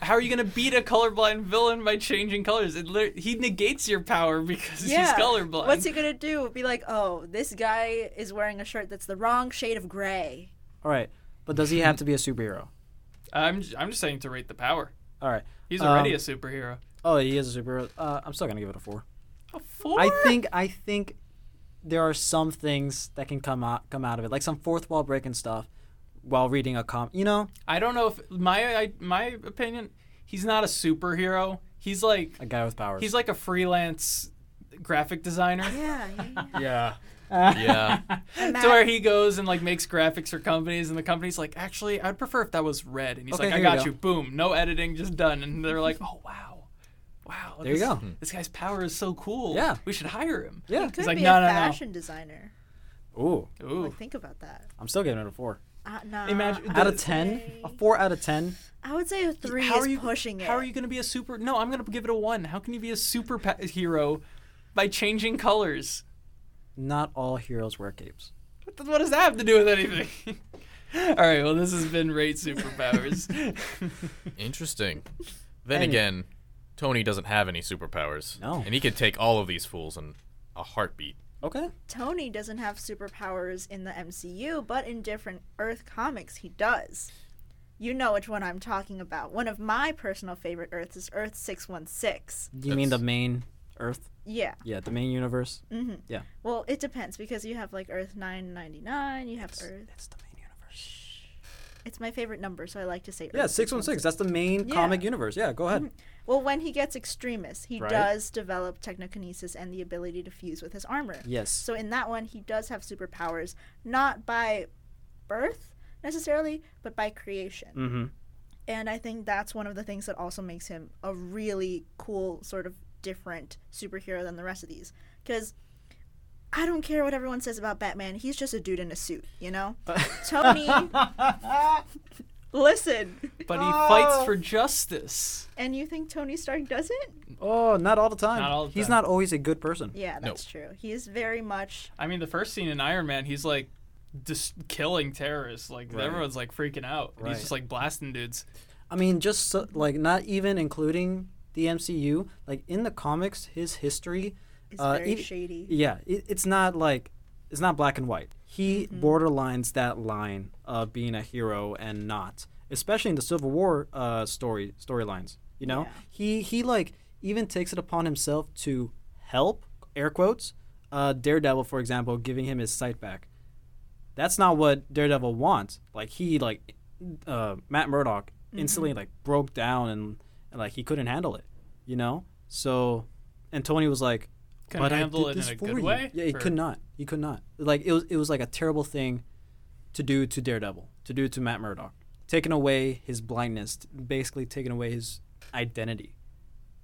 [SPEAKER 1] how are you gonna beat a colorblind villain by changing colors? It lit- he negates your power because he's colorblind.
[SPEAKER 4] What's he gonna do? Be like, oh, this guy is wearing a shirt that's the wrong shade of gray.
[SPEAKER 2] all right. But does he have to be a superhero?
[SPEAKER 1] I'm j- I'm just saying to rate the power.
[SPEAKER 2] All right.
[SPEAKER 1] He's already
[SPEAKER 2] Um,
[SPEAKER 1] a superhero.
[SPEAKER 2] Oh, he is a superhero. Uh, I'm still gonna give it a four.
[SPEAKER 1] A four?
[SPEAKER 2] I think I think there are some things that can come out come out of it, like some fourth wall breaking stuff while reading a com. You know,
[SPEAKER 1] I don't know if my I, my opinion. He's not a superhero. He's like
[SPEAKER 2] a guy with powers.
[SPEAKER 1] he's like a freelance graphic designer.
[SPEAKER 4] Yeah. yeah,
[SPEAKER 3] yeah,
[SPEAKER 2] Uh,
[SPEAKER 3] yeah.
[SPEAKER 4] yeah.
[SPEAKER 1] to where he goes and like makes graphics for companies, and the company's like, actually, I'd prefer if that was red. And he's
[SPEAKER 2] Okay,
[SPEAKER 1] like, I
[SPEAKER 2] here you
[SPEAKER 1] got
[SPEAKER 2] go.
[SPEAKER 1] you. Boom, no editing, just done. And they're like, oh wow, wow.
[SPEAKER 2] There you
[SPEAKER 1] this-
[SPEAKER 2] go.
[SPEAKER 1] This guy's power is so cool.
[SPEAKER 2] Yeah.
[SPEAKER 1] we should hire him.
[SPEAKER 2] yeah.
[SPEAKER 4] could
[SPEAKER 1] like,
[SPEAKER 4] be
[SPEAKER 1] "No,
[SPEAKER 4] a
[SPEAKER 1] no, no."
[SPEAKER 4] fashion designer.
[SPEAKER 2] Ooh,
[SPEAKER 1] Ooh,
[SPEAKER 4] Like, think about that.
[SPEAKER 2] I'm still giving it a four
[SPEAKER 4] Uh, nah,
[SPEAKER 1] Imagine-
[SPEAKER 4] I
[SPEAKER 2] out of
[SPEAKER 4] would
[SPEAKER 2] ten. A
[SPEAKER 4] say-
[SPEAKER 2] four out of ten.
[SPEAKER 4] I would say a three
[SPEAKER 1] how
[SPEAKER 4] is
[SPEAKER 1] are you
[SPEAKER 4] pushing it.
[SPEAKER 1] How are you gonna be a super? No, I'm gonna give it a one. How can you be a superhero by changing colors?
[SPEAKER 2] Not all heroes wear capes.
[SPEAKER 1] What, th- what does that have to do with anything? All right, well, this has been Rate Superpowers.
[SPEAKER 3] Interesting. Then
[SPEAKER 2] Any-
[SPEAKER 3] again, Tony doesn't have any superpowers.
[SPEAKER 2] No.
[SPEAKER 3] and he could take all of these fools in a heartbeat.
[SPEAKER 2] Okay.
[SPEAKER 4] Tony doesn't have superpowers in the MCU, but in different Earth comics, he does. You know which one I'm talking about. One of my personal favorite Earths is Earth 616.
[SPEAKER 2] Do you mean the
[SPEAKER 3] That's-
[SPEAKER 2] main Earth?
[SPEAKER 4] Yeah.
[SPEAKER 2] Yeah, the main universe.
[SPEAKER 4] hmm
[SPEAKER 2] Yeah.
[SPEAKER 4] Well, it depends because you have like Earth 999, you have Earth.
[SPEAKER 2] It's the main universe.
[SPEAKER 4] It's my favorite number, so I like to say Earth.
[SPEAKER 2] Yeah, six one six. That's the main
[SPEAKER 4] Yeah. Mm-hmm.
[SPEAKER 2] comic universe. Yeah, go ahead.
[SPEAKER 4] Well, when he gets extremist, he
[SPEAKER 2] Right.
[SPEAKER 4] does develop technokinesis and the ability to fuse with his armor.
[SPEAKER 2] Yes.
[SPEAKER 4] So in that one, he does have superpowers, not by birth necessarily, but by creation.
[SPEAKER 2] Mm-hmm.
[SPEAKER 4] And I think that's one of the things that also makes him a really cool, sort of different superhero than the rest of these. Because I don't care what everyone says about Batman, he's just a dude in a suit, you know? Tony, listen.
[SPEAKER 1] but he fights for justice.
[SPEAKER 4] And you think Tony Stark doesn't?
[SPEAKER 2] Oh, not all the time.
[SPEAKER 1] Not all the
[SPEAKER 2] He's
[SPEAKER 1] time.
[SPEAKER 2] not always a good person.
[SPEAKER 4] Yeah,
[SPEAKER 3] No.
[SPEAKER 4] that's true. He is very much.
[SPEAKER 1] I mean, the first scene in Iron Man, he's like just killing terrorists. Like,
[SPEAKER 2] Right.
[SPEAKER 1] everyone's like freaking out. And
[SPEAKER 2] Right.
[SPEAKER 1] He's just like blasting dudes.
[SPEAKER 2] I mean, just so, like not even including the MCU, like in the comics, his history,
[SPEAKER 4] Is
[SPEAKER 2] Uh,
[SPEAKER 4] very
[SPEAKER 2] he-
[SPEAKER 4] shady.
[SPEAKER 2] yeah, it, it's not like it's not black and white. He borderlines that line of being a hero and not, especially in the Civil War uh, story storylines. You know,
[SPEAKER 4] Yeah.
[SPEAKER 2] he he like even takes it upon himself to help air quotes uh, Daredevil, for example, giving him his sight back. That's not what Daredevil wants. Like he like uh, Matt Murdock instantly like broke down and, and like he couldn't handle it, you know. So, and Tony was like,
[SPEAKER 1] Couldn't
[SPEAKER 2] "But
[SPEAKER 1] handle
[SPEAKER 2] I
[SPEAKER 1] it
[SPEAKER 2] did
[SPEAKER 1] in
[SPEAKER 2] this
[SPEAKER 1] a
[SPEAKER 2] for
[SPEAKER 1] good
[SPEAKER 2] you."
[SPEAKER 1] way?
[SPEAKER 2] Yeah, he
[SPEAKER 1] Or-
[SPEAKER 2] could not. He could not. Like it was it was like a terrible thing to do to Daredevil, to do to Matt Murdock, taking away his blindness, basically taking away his identity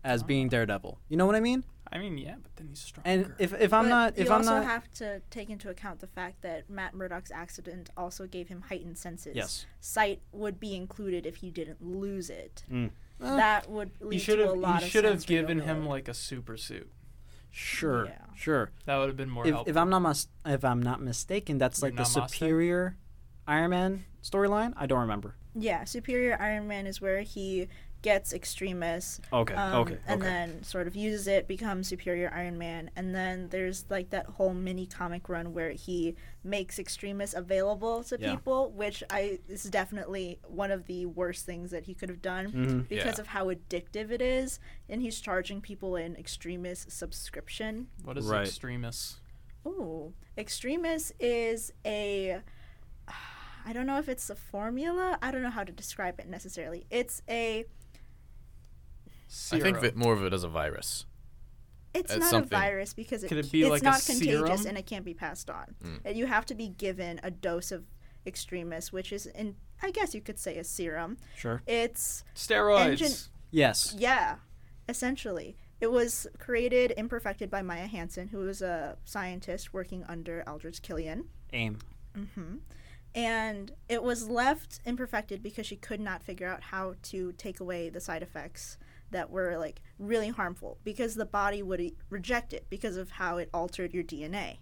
[SPEAKER 2] as being
[SPEAKER 1] Oh.
[SPEAKER 2] Daredevil. You know what I mean?
[SPEAKER 1] I mean, yeah, but then he's stronger.
[SPEAKER 2] And if if I'm
[SPEAKER 4] But
[SPEAKER 2] not if
[SPEAKER 4] you
[SPEAKER 2] I'm
[SPEAKER 4] also
[SPEAKER 2] not
[SPEAKER 4] have to take into account the fact that Matt Murdock's accident also gave him heightened senses.
[SPEAKER 2] Yes.
[SPEAKER 4] sight would be included if he didn't lose it.
[SPEAKER 2] Mm. Eh.
[SPEAKER 4] That would
[SPEAKER 1] he
[SPEAKER 4] lead
[SPEAKER 1] should
[SPEAKER 4] to a
[SPEAKER 1] have
[SPEAKER 4] lot
[SPEAKER 1] he
[SPEAKER 4] of
[SPEAKER 1] should have
[SPEAKER 4] sensory
[SPEAKER 1] given him
[SPEAKER 4] overload.
[SPEAKER 1] like a super suit.
[SPEAKER 2] Sure,
[SPEAKER 4] Yeah.
[SPEAKER 2] sure.
[SPEAKER 1] That would have been more
[SPEAKER 2] If,
[SPEAKER 1] helpful.
[SPEAKER 2] if I'm not mis- if I'm not mistaken, that's
[SPEAKER 1] You're
[SPEAKER 2] like the
[SPEAKER 1] not mistaken?
[SPEAKER 2] superior Iron Man storyline. I don't remember.
[SPEAKER 4] Yeah, Superior Iron Man is where he gets Extremis,
[SPEAKER 2] Okay,
[SPEAKER 4] um,
[SPEAKER 2] okay,
[SPEAKER 4] and
[SPEAKER 2] okay.
[SPEAKER 4] then sort of uses it, becomes Superior Iron Man, and then there's like that whole mini comic run where he makes Extremis available to
[SPEAKER 2] Yeah.
[SPEAKER 4] people, which I is definitely one of the worst things that he could have done
[SPEAKER 2] Mhm.
[SPEAKER 4] because
[SPEAKER 3] Yeah.
[SPEAKER 4] of how addictive it is, and he's charging people an Extremis subscription.
[SPEAKER 1] what is
[SPEAKER 2] Right.
[SPEAKER 1] extremists?
[SPEAKER 4] Ooh, Extremis is a. I don't know if it's a formula. I don't know how to describe it necessarily. It's a.
[SPEAKER 1] Serum.
[SPEAKER 3] I think of it more of it as a virus.
[SPEAKER 4] It's
[SPEAKER 3] It's
[SPEAKER 4] not
[SPEAKER 3] something.
[SPEAKER 4] a virus because it,
[SPEAKER 1] Could it
[SPEAKER 4] c-
[SPEAKER 1] be
[SPEAKER 4] it's
[SPEAKER 1] like a
[SPEAKER 4] not contagious
[SPEAKER 1] serum?
[SPEAKER 4] and it can't be passed on.
[SPEAKER 3] Mm.
[SPEAKER 4] Uh, You have to be given a dose of Extremis, which is in. I guess you could say a serum.
[SPEAKER 2] Sure.
[SPEAKER 4] It's
[SPEAKER 1] steroids.
[SPEAKER 4] Engine-
[SPEAKER 2] Yes.
[SPEAKER 4] yeah, essentially. It was created and perfected by Maya Hansen, who was a scientist working under Aldrich Killian.
[SPEAKER 2] Aim.
[SPEAKER 4] and it was left imperfected because she could not figure out how to take away the side effects that were like really harmful because the body would e- reject it because of how it altered your DNA.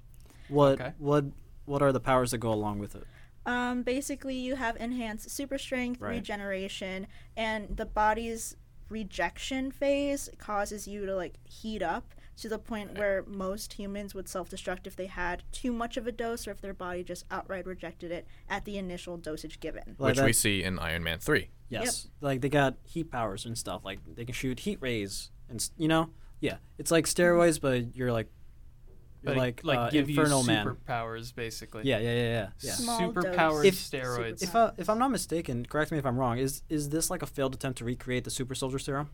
[SPEAKER 2] What
[SPEAKER 1] Okay.
[SPEAKER 2] what what are the powers that go along with it?
[SPEAKER 4] Um, basically, you have enhanced super strength,
[SPEAKER 2] Right.
[SPEAKER 4] regeneration, and the body's rejection phase causes you to like heat up to the point where most humans would self-destruct if they had too much of a dose or if their body just outright rejected it at the initial dosage given.
[SPEAKER 2] Like
[SPEAKER 3] which
[SPEAKER 2] that-
[SPEAKER 3] we see in Iron Man 3.
[SPEAKER 2] Yes. Like they got heat powers and stuff. Like they can shoot heat rays and s- you know. Yeah. It's like steroids, but you're like you're
[SPEAKER 1] But
[SPEAKER 2] like
[SPEAKER 1] like, like
[SPEAKER 2] uh,
[SPEAKER 1] give
[SPEAKER 2] Inferno
[SPEAKER 1] you
[SPEAKER 2] Man.
[SPEAKER 1] superpowers, basically.
[SPEAKER 2] Yeah, yeah, yeah, yeah. yeah.
[SPEAKER 4] Small
[SPEAKER 1] Superpowered
[SPEAKER 4] dose
[SPEAKER 2] If-
[SPEAKER 1] steroids.
[SPEAKER 2] If I if I'm not mistaken, correct me if I'm wrong. Is is this like a failed attempt to recreate the super soldier serum,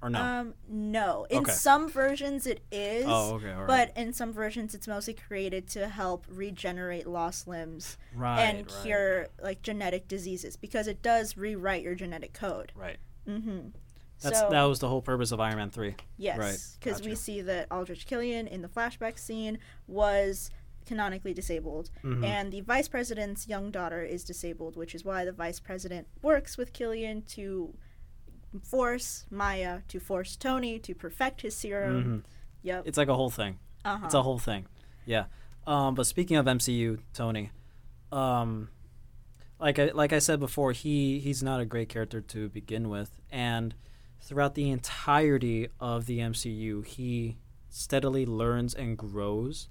[SPEAKER 2] or no?
[SPEAKER 4] Um, no. In
[SPEAKER 2] Okay.
[SPEAKER 4] some versions it is.
[SPEAKER 2] Oh, okay, all right.
[SPEAKER 4] But in some versions it's mostly created to help regenerate lost limbs
[SPEAKER 2] right.
[SPEAKER 4] and
[SPEAKER 2] right,
[SPEAKER 4] cure like genetic diseases because it does rewrite your genetic code.
[SPEAKER 2] Right.
[SPEAKER 4] Mm-hmm.
[SPEAKER 2] That's
[SPEAKER 4] so,
[SPEAKER 2] that was the whole purpose of Iron Man three.
[SPEAKER 4] yes,
[SPEAKER 2] right,
[SPEAKER 4] because we
[SPEAKER 2] gotcha.
[SPEAKER 4] see that Aldrich Killian in the flashback scene was canonically disabled,
[SPEAKER 2] Mm-hmm.
[SPEAKER 4] and the vice president's young daughter is disabled, which is why the vice president works with Killian to force Maya to force Tony to perfect his serum.
[SPEAKER 2] Mm-hmm.
[SPEAKER 4] Yep.
[SPEAKER 2] It's like a whole thing.
[SPEAKER 4] Uh-huh.
[SPEAKER 2] It's a whole thing. Yeah. Um, but speaking of MCU, Tony, um, like I like I said before, he he's not a great character to begin with, and throughout the entirety of the MCU, he steadily learns and grows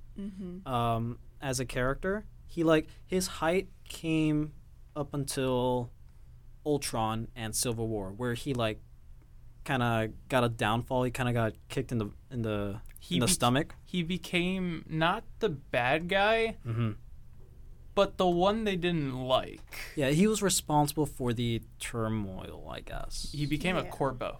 [SPEAKER 2] um, as a character. He like his height came up until Ultron and Civil War, where he like kind of got a downfall. He kind of got kicked in the in the
[SPEAKER 1] He
[SPEAKER 2] in the
[SPEAKER 1] bec-
[SPEAKER 2] stomach.
[SPEAKER 1] he became not the bad guy,
[SPEAKER 2] Mm-hmm.
[SPEAKER 1] but the one they didn't like.
[SPEAKER 2] Yeah, he was responsible for the turmoil, I guess.
[SPEAKER 1] He became a
[SPEAKER 4] Yeah.
[SPEAKER 1] corpo.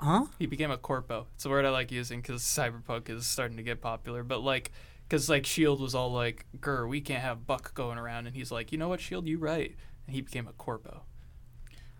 [SPEAKER 2] huh?
[SPEAKER 1] He became a corpo. It's a word I like using because cyberpunk is starting to get popular. But like, because like Shield E was all like, "Grr, we can't have Buck going around," and he's like, "You know what, Shield, E you right." And he became a corpo.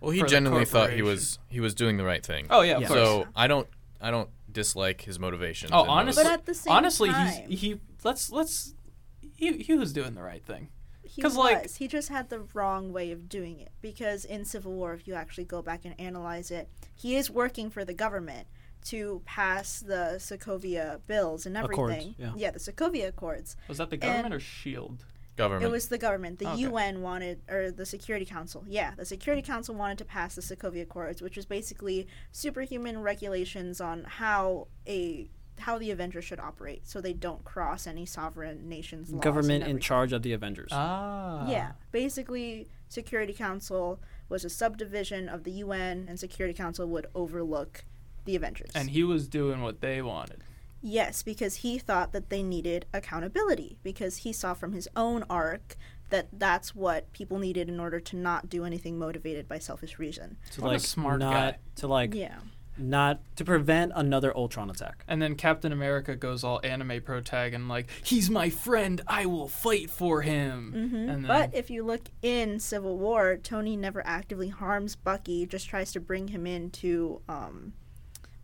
[SPEAKER 3] Well, he
[SPEAKER 1] For the
[SPEAKER 3] genuinely thought he
[SPEAKER 1] corporation.
[SPEAKER 3] was he was doing the right thing.
[SPEAKER 1] Oh yeah, of
[SPEAKER 2] Yeah.
[SPEAKER 1] course.
[SPEAKER 3] So I don't I don't dislike his motivation.
[SPEAKER 1] oh, honestly,
[SPEAKER 4] But at the same
[SPEAKER 1] honestly,
[SPEAKER 4] time-
[SPEAKER 1] he's he let's let's he he was doing the right thing.
[SPEAKER 4] He
[SPEAKER 1] 'Cause,
[SPEAKER 4] was.
[SPEAKER 1] like-
[SPEAKER 4] he just had the wrong way of doing it. Because in Civil War, if you actually go back and analyze it, he is working for the government to pass the Sokovia bills and
[SPEAKER 2] Accords,
[SPEAKER 4] everything.
[SPEAKER 2] yeah.
[SPEAKER 4] the Sokovia Accords.
[SPEAKER 1] Was that the
[SPEAKER 4] And-
[SPEAKER 1] government or Shield?
[SPEAKER 3] government.
[SPEAKER 4] It was the government. The
[SPEAKER 2] Oh,
[SPEAKER 1] Okay.
[SPEAKER 4] UN wanted, or the Security Council. Yeah, the Security Council wanted to pass the Sokovia Accords, which was basically superhuman regulations on how a how the Avengers should operate, so they don't cross any sovereign nation's laws and
[SPEAKER 2] Government in
[SPEAKER 4] everything.
[SPEAKER 2] charge of the Avengers.
[SPEAKER 1] Ah,
[SPEAKER 4] Yeah, Um, basically, Security Council was a subdivision of the UN, and Security Council would overlook the Avengers.
[SPEAKER 1] And he was doing what they wanted.
[SPEAKER 4] yes, because he thought that they needed accountability, because he saw from his own arc that that's what people needed in order to not do anything motivated by selfish reason.
[SPEAKER 2] to
[SPEAKER 1] what a
[SPEAKER 2] like
[SPEAKER 1] smart
[SPEAKER 2] not
[SPEAKER 1] guy.
[SPEAKER 2] to like
[SPEAKER 4] Yeah.
[SPEAKER 2] not to prevent another Ultron attack.
[SPEAKER 1] And then Captain America goes all anime protag and like, he's my friend, I will fight for him. And then,
[SPEAKER 4] Mm-hmm. But if you look in Civil War, Tony never actively harms Bucky, just tries to bring him into um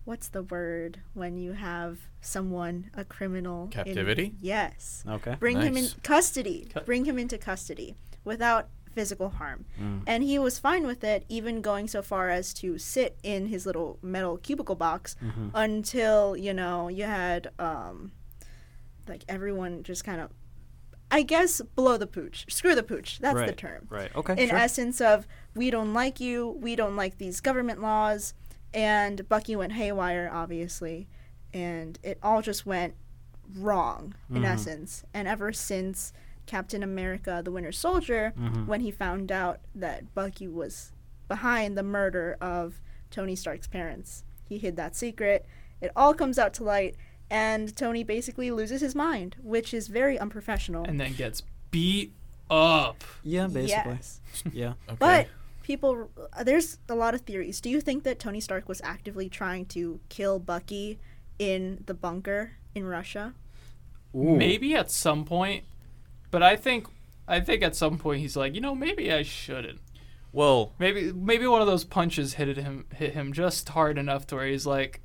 [SPEAKER 4] what's the word when you have someone a criminal in-
[SPEAKER 3] Captivity?
[SPEAKER 4] yes.
[SPEAKER 2] Okay.
[SPEAKER 4] Bring him in
[SPEAKER 3] Nice.
[SPEAKER 4] custody.
[SPEAKER 1] Cu-
[SPEAKER 4] Bring him into custody without physical harm.
[SPEAKER 2] Mm.
[SPEAKER 4] And he was fine with it, even going so far as to sit in his little metal cubicle box
[SPEAKER 2] Mm-hmm.
[SPEAKER 4] until, you know, you had um, like everyone just kind of, I guess, blow the pooch. Screw the pooch. That's the
[SPEAKER 2] Right,
[SPEAKER 4] term
[SPEAKER 2] Right. Okay.
[SPEAKER 4] in
[SPEAKER 2] sure.
[SPEAKER 4] essence of we don't like you, we don't like these government laws, and Bucky went haywire, obviously, and it all just went wrong
[SPEAKER 2] Mm-hmm.
[SPEAKER 4] in essence. And ever since Captain America: The Winter Soldier,
[SPEAKER 2] Mm-hmm.
[SPEAKER 4] when he found out that Bucky was behind the murder of Tony Stark's parents, he hid that secret. It all comes out to light. And Tony basically loses his mind, which is very unprofessional.
[SPEAKER 1] and then gets beat up.
[SPEAKER 2] yeah, basically.
[SPEAKER 4] Yes.
[SPEAKER 2] Yeah.
[SPEAKER 3] Okay.
[SPEAKER 4] But people, there's a lot of theories. Do you think that Tony Stark was actively trying to kill Bucky in the bunker in Russia?
[SPEAKER 2] Ooh.
[SPEAKER 1] Maybe at some point, but I think I think at some point he's like, you know, maybe I shouldn't.
[SPEAKER 3] well,
[SPEAKER 1] Maybe maybe one of those punches hit at him hit him just hard enough to where he's like,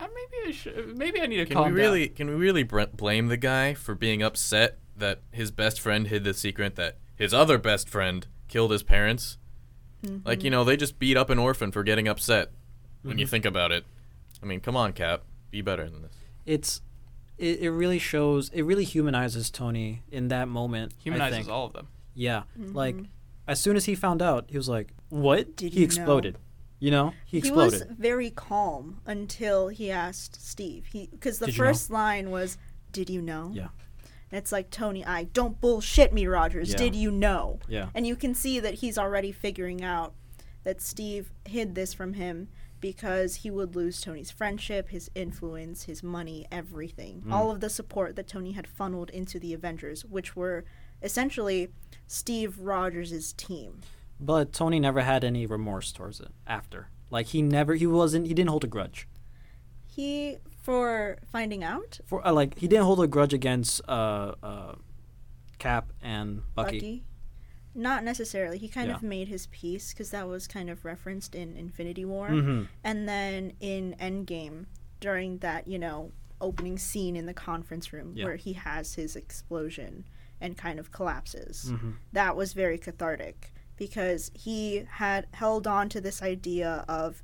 [SPEAKER 1] "Uh, maybe I should, maybe I need to
[SPEAKER 3] can
[SPEAKER 1] calm
[SPEAKER 3] we really can we really br- blame the guy for being upset that his best friend hid the secret that his other best friend killed his parents? Like
[SPEAKER 2] Mm-hmm.
[SPEAKER 3] you know, they just beat up an orphan for getting upset. When you think about it, I mean, come on, Cap, be better than this.
[SPEAKER 2] It's it, it really shows it really humanizes Tony in that moment. I
[SPEAKER 1] down. Humanizes
[SPEAKER 2] think.
[SPEAKER 1] all of them.
[SPEAKER 2] Yeah. Like as soon as he found out, he was like, "What?"
[SPEAKER 4] Mm-hmm. Did
[SPEAKER 2] he
[SPEAKER 4] you
[SPEAKER 2] exploded. You know? He
[SPEAKER 4] He
[SPEAKER 2] exploded.
[SPEAKER 4] was very calm until he asked Steve. He because the
[SPEAKER 2] Did you know?
[SPEAKER 4] first line was, "Did you know?"
[SPEAKER 2] Yeah.
[SPEAKER 4] And it's like Tony, I don't bullshit me, Rogers.
[SPEAKER 2] Yeah.
[SPEAKER 4] Did you know?
[SPEAKER 2] Yeah.
[SPEAKER 4] And you can see that he's already figuring out that Steve hid this from him because he would lose Tony's friendship, his influence, his money, everything.
[SPEAKER 2] Mm.
[SPEAKER 4] All of the support that Tony had funneled into the Avengers, which were essentially Steve Rogers' team.
[SPEAKER 2] But Tony never had any remorse towards it after. Like he never he wasn't he didn't hold a grudge.
[SPEAKER 4] He for finding out
[SPEAKER 2] For uh, like he didn't hold a grudge against uh uh Cap and Bucky.
[SPEAKER 4] Bucky. Not necessarily. He kind
[SPEAKER 2] Yeah.
[SPEAKER 4] of made his peace because that was kind of referenced in Infinity War.
[SPEAKER 2] Mhm.
[SPEAKER 4] And then in Endgame, during that, you know, opening scene in the conference room
[SPEAKER 2] Yeah.
[SPEAKER 4] where he has his explosion and kind of collapses,
[SPEAKER 2] Mm-hmm.
[SPEAKER 4] that was very cathartic because he had held on to this idea of,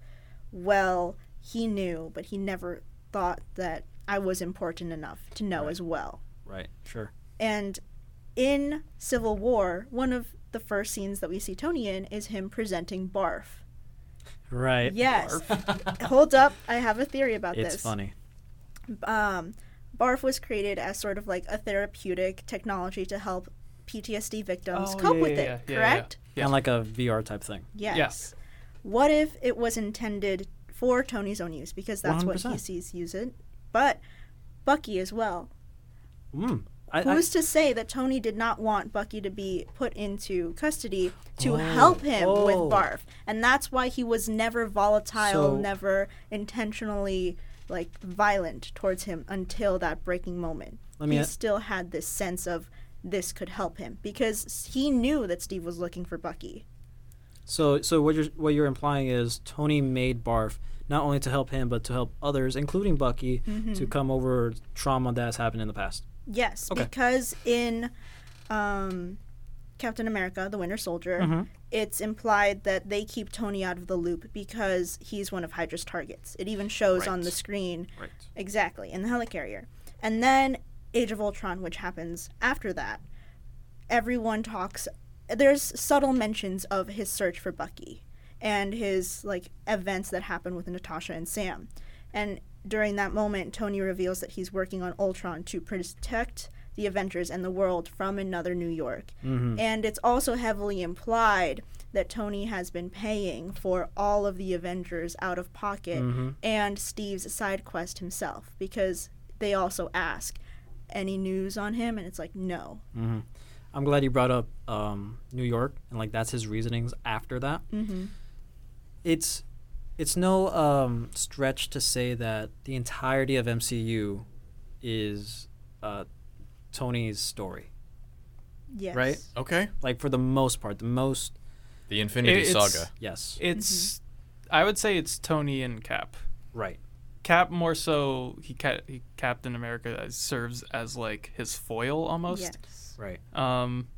[SPEAKER 4] well, he knew, but he never thought that I was important enough to know as well.
[SPEAKER 2] Right. Sure.
[SPEAKER 4] And in Civil War, one of the first scenes that we see Tony in is him presenting Barf.
[SPEAKER 2] Right.
[SPEAKER 4] Yes. Hold up, I have a theory about
[SPEAKER 2] It's
[SPEAKER 4] this.
[SPEAKER 2] funny.
[SPEAKER 4] Um, Barf was created as sort of like a therapeutic technology to help PTSD victims
[SPEAKER 1] Oh,
[SPEAKER 4] cope
[SPEAKER 1] yeah,
[SPEAKER 4] with
[SPEAKER 1] yeah,
[SPEAKER 4] it,
[SPEAKER 1] yeah, yeah, yeah.
[SPEAKER 4] correct?
[SPEAKER 1] Yeah.
[SPEAKER 2] Kind of like a VR type thing.
[SPEAKER 4] Yes. What if it was intended for Tony's own use because that's what he
[SPEAKER 2] 100%.
[SPEAKER 4] sees use it, but Bucky as well.
[SPEAKER 2] Mm. I, I,
[SPEAKER 4] Who's to say that Tony did not want Bucky to be put into custody to
[SPEAKER 2] Oh.
[SPEAKER 4] help him with
[SPEAKER 2] Oh.
[SPEAKER 4] Barf? And that's why he was never volatile,
[SPEAKER 2] So-
[SPEAKER 4] never intentionally like violent towards him until that breaking moment.
[SPEAKER 2] Let me
[SPEAKER 4] he
[SPEAKER 2] a-
[SPEAKER 4] still had this sense of this could help him because he knew that Steve was looking for Bucky.
[SPEAKER 2] so so what you're what you're implying is Tony made Barf not only to help him but to help others, including Bucky,
[SPEAKER 4] Mm-hmm.
[SPEAKER 2] to come over trauma that has happened in the past.
[SPEAKER 4] Yes,
[SPEAKER 2] Okay.
[SPEAKER 4] because in um, Captain America: The Winter Soldier,
[SPEAKER 2] Mm-hmm.
[SPEAKER 4] it's implied that they keep Tony out of the loop because he's one of Hydra's targets. It even shows on the screen
[SPEAKER 2] Right.
[SPEAKER 4] exactly in the helicarrier, and then Age of Ultron, which happens after that. Everyone talks. There's subtle mentions of his search for Bucky and his like events that happen with Natasha and Sam. And during that moment, Tony reveals that he's working on Ultron to protect the Avengers and the world from another New York.
[SPEAKER 2] Mm-hmm.
[SPEAKER 4] And it's also heavily implied that Tony has been paying for all of the Avengers out of pocket and Steve's side quest himself because they also ask any news on him and it's like no.
[SPEAKER 2] I'm glad you brought up um, New York and like that's his reasonings after that. Mm-hmm. It's it's no um, stretch to say that the entirety of MCU is uh, Tony's story.
[SPEAKER 4] Yes.
[SPEAKER 2] Right?
[SPEAKER 3] Okay,
[SPEAKER 2] Like for the most part, the most
[SPEAKER 3] the Infinity
[SPEAKER 1] It- it's-
[SPEAKER 3] Saga.
[SPEAKER 2] yes,
[SPEAKER 1] It's I would say it's Tony and Cap.
[SPEAKER 2] right.
[SPEAKER 1] Cap more so he, ca- he Captain America serves as like his foil almost.
[SPEAKER 4] Yes.
[SPEAKER 2] Right.
[SPEAKER 1] Um,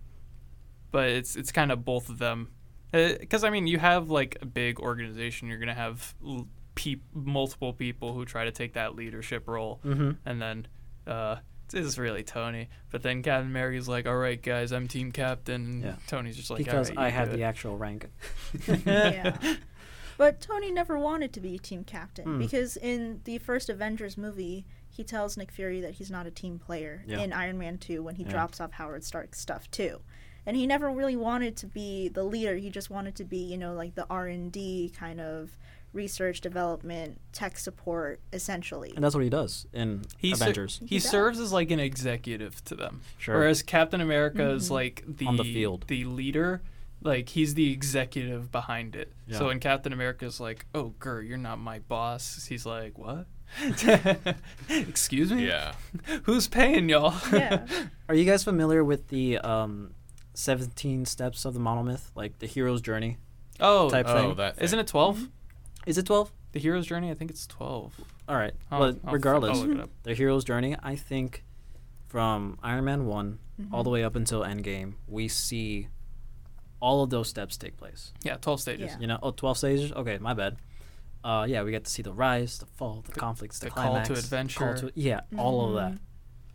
[SPEAKER 1] but it's it's kind of both of them. Because I mean, you have like a big organization, you're gonna have l- peop- multiple people who try to take that leadership role,
[SPEAKER 2] Mm.
[SPEAKER 1] and then uh, this is really Tony. But then Captain America's like, "All right, guys, I'm team captain." And
[SPEAKER 2] Yeah.
[SPEAKER 1] Tony's just like,
[SPEAKER 2] because
[SPEAKER 1] "All right,
[SPEAKER 2] I
[SPEAKER 1] you
[SPEAKER 2] have
[SPEAKER 1] do it."
[SPEAKER 2] the actual rank.
[SPEAKER 4] yeah. But Tony never wanted to be team captain
[SPEAKER 2] Hmm.
[SPEAKER 4] because in the first Avengers movie, he tells Nick Fury that he's not a team player
[SPEAKER 2] Yeah.
[SPEAKER 4] in Iron Man 2 when he drops off Howard Stark's stuff too. And he never really wanted to be the leader. He just wanted to be, you know, like the R&D kind of research development, tech support essentially.
[SPEAKER 2] And that's what he does in
[SPEAKER 1] He ser-
[SPEAKER 2] Avengers.
[SPEAKER 1] he
[SPEAKER 4] He does.
[SPEAKER 1] serves as like an executive to them.
[SPEAKER 2] Sure.
[SPEAKER 1] Whereas Captain America
[SPEAKER 4] Mm-hmm.
[SPEAKER 1] is like the
[SPEAKER 2] On the field.
[SPEAKER 1] the leader. Like he's the executive behind it.
[SPEAKER 2] Yeah.
[SPEAKER 1] So when Captain America's like, "Oh, Gur, you're not my boss," he's like, "What? Excuse me?
[SPEAKER 3] Yeah.
[SPEAKER 1] Who's paying y'all?"
[SPEAKER 4] yeah.
[SPEAKER 2] Are you guys familiar with the um, 17 steps of the monomyth, like the hero's journey?
[SPEAKER 1] oh,
[SPEAKER 2] Type
[SPEAKER 3] Oh,
[SPEAKER 2] thing.
[SPEAKER 3] that. Thing.
[SPEAKER 1] isn't it 12
[SPEAKER 2] Is it 12?
[SPEAKER 1] The hero's journey. I think it's twelve.
[SPEAKER 2] All right.
[SPEAKER 1] I'll-
[SPEAKER 2] well,
[SPEAKER 1] I'll-
[SPEAKER 2] regardless,
[SPEAKER 1] I'll look it up.
[SPEAKER 2] the hero's journey, I think from Iron Man one all the way up until Endgame, we see all of those steps take place.
[SPEAKER 1] Yeah, twelve stages.
[SPEAKER 4] Yeah.
[SPEAKER 2] You know, oh, 12 stages. Okay, my bad. Uh, yeah, we get to see the rise, the fall, the, conflicts, the,
[SPEAKER 1] the call to
[SPEAKER 2] climax,
[SPEAKER 1] adventure.
[SPEAKER 2] yeah, all of that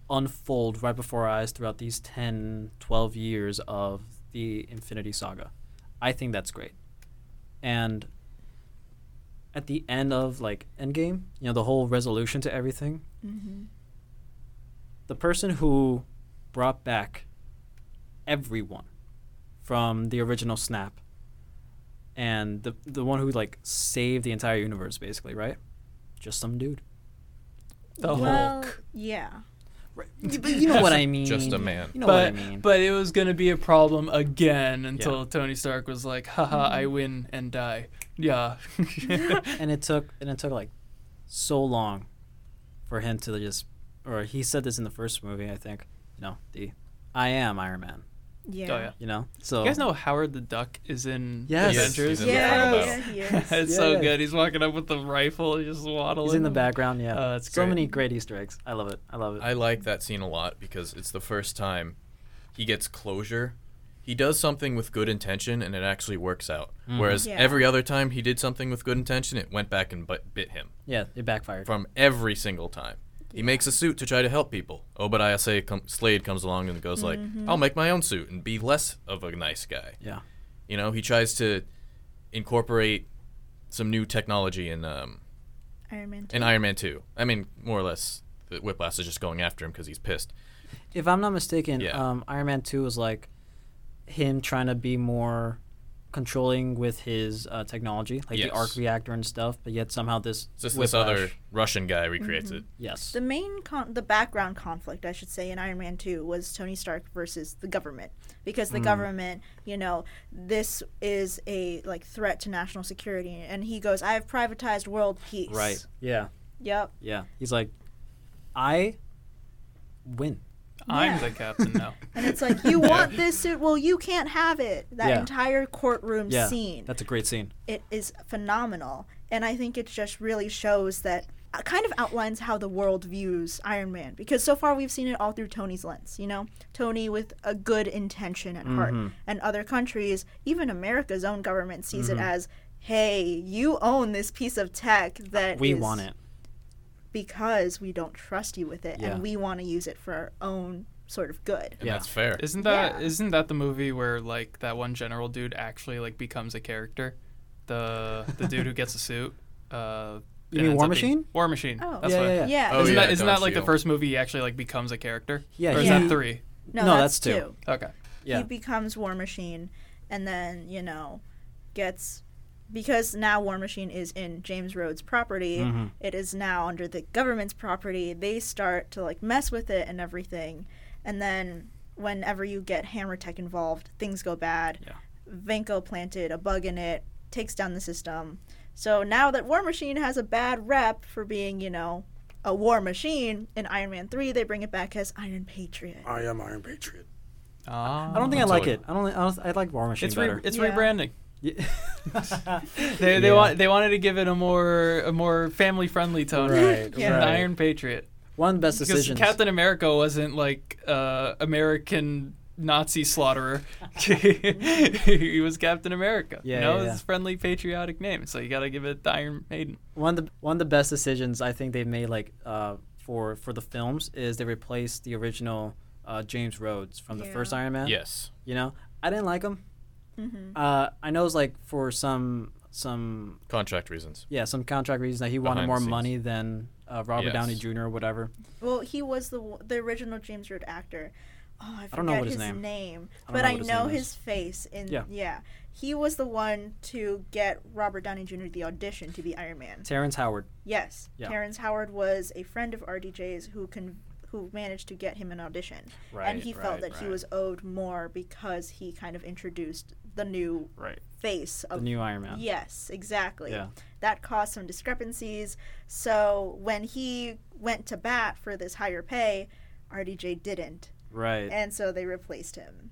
[SPEAKER 2] unfold right before our eyes throughout these 10, 12 years of the Infinity Saga. I think that's great. And at the end of like Endgame, you know, the whole resolution to everything.
[SPEAKER 4] Mm-hmm.
[SPEAKER 2] The person who brought back everyone from the original snap and the the one who like saved the entire universe basically, right? Just some dude.
[SPEAKER 1] The
[SPEAKER 4] well,
[SPEAKER 1] Hulk.
[SPEAKER 4] yeah.
[SPEAKER 2] Right. But you know what I mean.
[SPEAKER 3] Just a man.
[SPEAKER 2] You know
[SPEAKER 1] but,
[SPEAKER 2] what I mean.
[SPEAKER 1] but it was going to be a problem again until Tony Stark was like, haha, I
[SPEAKER 2] Mm-hmm.
[SPEAKER 1] win and die. Yeah. Oh,
[SPEAKER 2] and it took and it took like so long for him to just or he said this in the first movie i think you know the i am iron man
[SPEAKER 4] Yeah.
[SPEAKER 1] Oh, yeah.
[SPEAKER 2] you know so
[SPEAKER 1] You guys know Howard the Duck is in
[SPEAKER 2] Yes.
[SPEAKER 1] The Avengers?
[SPEAKER 3] He's in the
[SPEAKER 4] Yeah,
[SPEAKER 3] final
[SPEAKER 4] yeah,
[SPEAKER 3] battle.
[SPEAKER 4] he is.
[SPEAKER 1] it's so
[SPEAKER 2] Yes.
[SPEAKER 1] good. He's walking up with the rifle, he's just waddling.
[SPEAKER 2] he's in the background yeah
[SPEAKER 1] Oh, that's
[SPEAKER 2] so
[SPEAKER 1] great.
[SPEAKER 2] many great easter eggs i love it i love it
[SPEAKER 3] I like that scene a lot because it's the first time he gets closure. He does something with good intention and it actually works out.
[SPEAKER 2] Mm-hmm.
[SPEAKER 3] Whereas
[SPEAKER 4] Yeah.
[SPEAKER 3] every other time he did something with good intention, it went back and bit, bit him
[SPEAKER 2] yeah it backfired
[SPEAKER 3] from every single time. He makes a suit to try to help people. Oh, Obadiah Slade, com- Slade comes along and goes like,
[SPEAKER 2] Mm-hmm.
[SPEAKER 3] "I'll make my own suit and be less of a nice guy."
[SPEAKER 2] yeah
[SPEAKER 3] You know, he tries to incorporate some new technology in um,
[SPEAKER 4] Iron Man.
[SPEAKER 3] in Iron Man Two. I mean, more or less, the Whiplash is just going after him because he's pissed.
[SPEAKER 2] if i'm not mistaken
[SPEAKER 3] Yeah.
[SPEAKER 2] um, iron man 2 was like him trying to be more controlling with his uh, technology like
[SPEAKER 3] Yes.
[SPEAKER 2] the arc reactor and stuff but yet somehow this
[SPEAKER 3] Just this
[SPEAKER 2] whiplash- Mm-hmm.
[SPEAKER 3] other Russian guy recreates it.
[SPEAKER 2] yes
[SPEAKER 4] The main con- the background conflict, I should say, in Iron Man 2 was Tony Stark versus the government because
[SPEAKER 2] Mm.
[SPEAKER 4] the government, you know, this is a like threat to national security and he goes, "I have privatized world peace."
[SPEAKER 2] right yeah
[SPEAKER 4] Yep.
[SPEAKER 2] Yeah. He's like, I win.
[SPEAKER 1] I'm
[SPEAKER 4] Yeah.
[SPEAKER 1] the captain now.
[SPEAKER 4] And it's like, "You want this suit? Well, you can't have it." That
[SPEAKER 2] Yeah.
[SPEAKER 4] entire courtroom
[SPEAKER 2] Yeah.
[SPEAKER 4] scene.
[SPEAKER 2] That's a great scene.
[SPEAKER 4] it is phenomenal and i think it just really shows that uh, kind of outlines how the world views iron man because so far we've seen it all through tony's lens you know tony with a good intention at
[SPEAKER 2] Mm-hmm.
[SPEAKER 4] heart and other countries even america's own government sees
[SPEAKER 2] Mm-hmm.
[SPEAKER 4] it as hey you own this piece of tech that
[SPEAKER 2] Uh, We
[SPEAKER 4] is
[SPEAKER 2] want it.
[SPEAKER 4] because we don't trust you with it
[SPEAKER 2] Yeah.
[SPEAKER 4] and we want to use it for our own sort of good
[SPEAKER 3] And
[SPEAKER 2] Yeah.
[SPEAKER 3] that's fair.
[SPEAKER 1] Isn't that
[SPEAKER 4] Yeah.
[SPEAKER 1] not that the movie where like that one general dude actually like becomes a character? The the dude who gets a suit. Uh,
[SPEAKER 2] You
[SPEAKER 1] and
[SPEAKER 2] mean
[SPEAKER 1] ends
[SPEAKER 2] War
[SPEAKER 1] up being-
[SPEAKER 2] Machine?
[SPEAKER 1] War Machine.
[SPEAKER 4] Oh.
[SPEAKER 1] That's
[SPEAKER 2] Yeah,
[SPEAKER 1] what-
[SPEAKER 2] yeah, yeah.
[SPEAKER 4] yeah
[SPEAKER 3] Oh,
[SPEAKER 1] isn't
[SPEAKER 3] yeah,
[SPEAKER 1] that, isn't
[SPEAKER 3] Don
[SPEAKER 1] that like the
[SPEAKER 3] Cheadle.
[SPEAKER 1] first movie he actually like becomes a character?
[SPEAKER 2] Yeah,
[SPEAKER 1] Or is
[SPEAKER 4] he-
[SPEAKER 1] that three?
[SPEAKER 4] no,
[SPEAKER 2] No, that's
[SPEAKER 4] that's,
[SPEAKER 2] two.
[SPEAKER 4] two
[SPEAKER 1] Okay.
[SPEAKER 2] Yeah.
[SPEAKER 4] he becomes War Machine, and then you know, gets because now War Machine is in James Rhodes' property.
[SPEAKER 2] Mm-hmm.
[SPEAKER 4] it is now under the government's property. They start to like mess with it and everything, and then whenever you get Hammer Tech involved, things go bad.
[SPEAKER 2] Yeah.
[SPEAKER 4] Vanko planted a bug in it, takes down the system. So now that War Machine has a bad rep for being, you know, a war machine, in Iron Man 3, they bring it back as Iron Patriot.
[SPEAKER 5] I am Iron Patriot.
[SPEAKER 1] Ah.
[SPEAKER 2] I don't think I
[SPEAKER 3] That's
[SPEAKER 2] like
[SPEAKER 3] all-
[SPEAKER 2] it. I don't. I, don't, I like War Machine
[SPEAKER 1] it's re-
[SPEAKER 2] better.
[SPEAKER 1] it's
[SPEAKER 4] Yeah.
[SPEAKER 1] rebranding.
[SPEAKER 2] Yeah.
[SPEAKER 1] They they
[SPEAKER 2] Yeah.
[SPEAKER 1] want they wanted to give it a more a more family friendly tone.
[SPEAKER 2] Right,
[SPEAKER 1] An
[SPEAKER 2] right.
[SPEAKER 1] Iron Patriot.
[SPEAKER 2] One of the best
[SPEAKER 1] Because
[SPEAKER 2] decisions.
[SPEAKER 1] Captain America wasn't like uh, American Nazi slaughterer. he was Captain America.
[SPEAKER 2] Yeah,
[SPEAKER 1] you know,
[SPEAKER 2] yeah, yeah.
[SPEAKER 1] it's a friendly patriotic name, so you got to give it the Iron Maiden.
[SPEAKER 2] one of the one of the best decisions I think they've made like uh, for for the films is they replaced the original uh, James Rhodes from the
[SPEAKER 4] Yeah.
[SPEAKER 2] first Iron Man.
[SPEAKER 3] Yes.
[SPEAKER 2] You know, I didn't like him.
[SPEAKER 4] Mm-hmm.
[SPEAKER 2] Uh, I know it's like for some some
[SPEAKER 3] Contract reasons.
[SPEAKER 2] yeah some contract reasons that he wanted
[SPEAKER 3] Behind the
[SPEAKER 2] more
[SPEAKER 3] scenes.
[SPEAKER 2] money than uh, Robert
[SPEAKER 3] Yes.
[SPEAKER 2] Downey Jr. or whatever.
[SPEAKER 4] Well, he was the w- the original James Root actor. Oh, I forget
[SPEAKER 2] don't know what
[SPEAKER 4] his,
[SPEAKER 2] his name-
[SPEAKER 4] name.
[SPEAKER 2] I don't
[SPEAKER 4] but
[SPEAKER 2] know
[SPEAKER 4] I
[SPEAKER 2] what his
[SPEAKER 4] know
[SPEAKER 2] name is.
[SPEAKER 4] his face. In
[SPEAKER 2] Yeah.
[SPEAKER 4] yeah. he was the one to get Robert Downey Jr. the audition to be Iron Man.
[SPEAKER 2] Terrence Howard.
[SPEAKER 4] Yes,
[SPEAKER 2] Yeah.
[SPEAKER 4] Terrence Howard was a friend of RDJ's who can who managed to get him an audition, and he felt
[SPEAKER 3] right,
[SPEAKER 4] that he
[SPEAKER 3] right.
[SPEAKER 4] was owed more because he kind of introduced the new
[SPEAKER 1] Right.
[SPEAKER 4] face
[SPEAKER 2] the
[SPEAKER 4] of
[SPEAKER 2] new Iron Man.
[SPEAKER 4] Yes, exactly.
[SPEAKER 2] Yeah.
[SPEAKER 4] That caused some discrepancies. So when he went to bat for this higher pay, RDJ didn't.
[SPEAKER 2] Right.
[SPEAKER 4] And so they replaced him.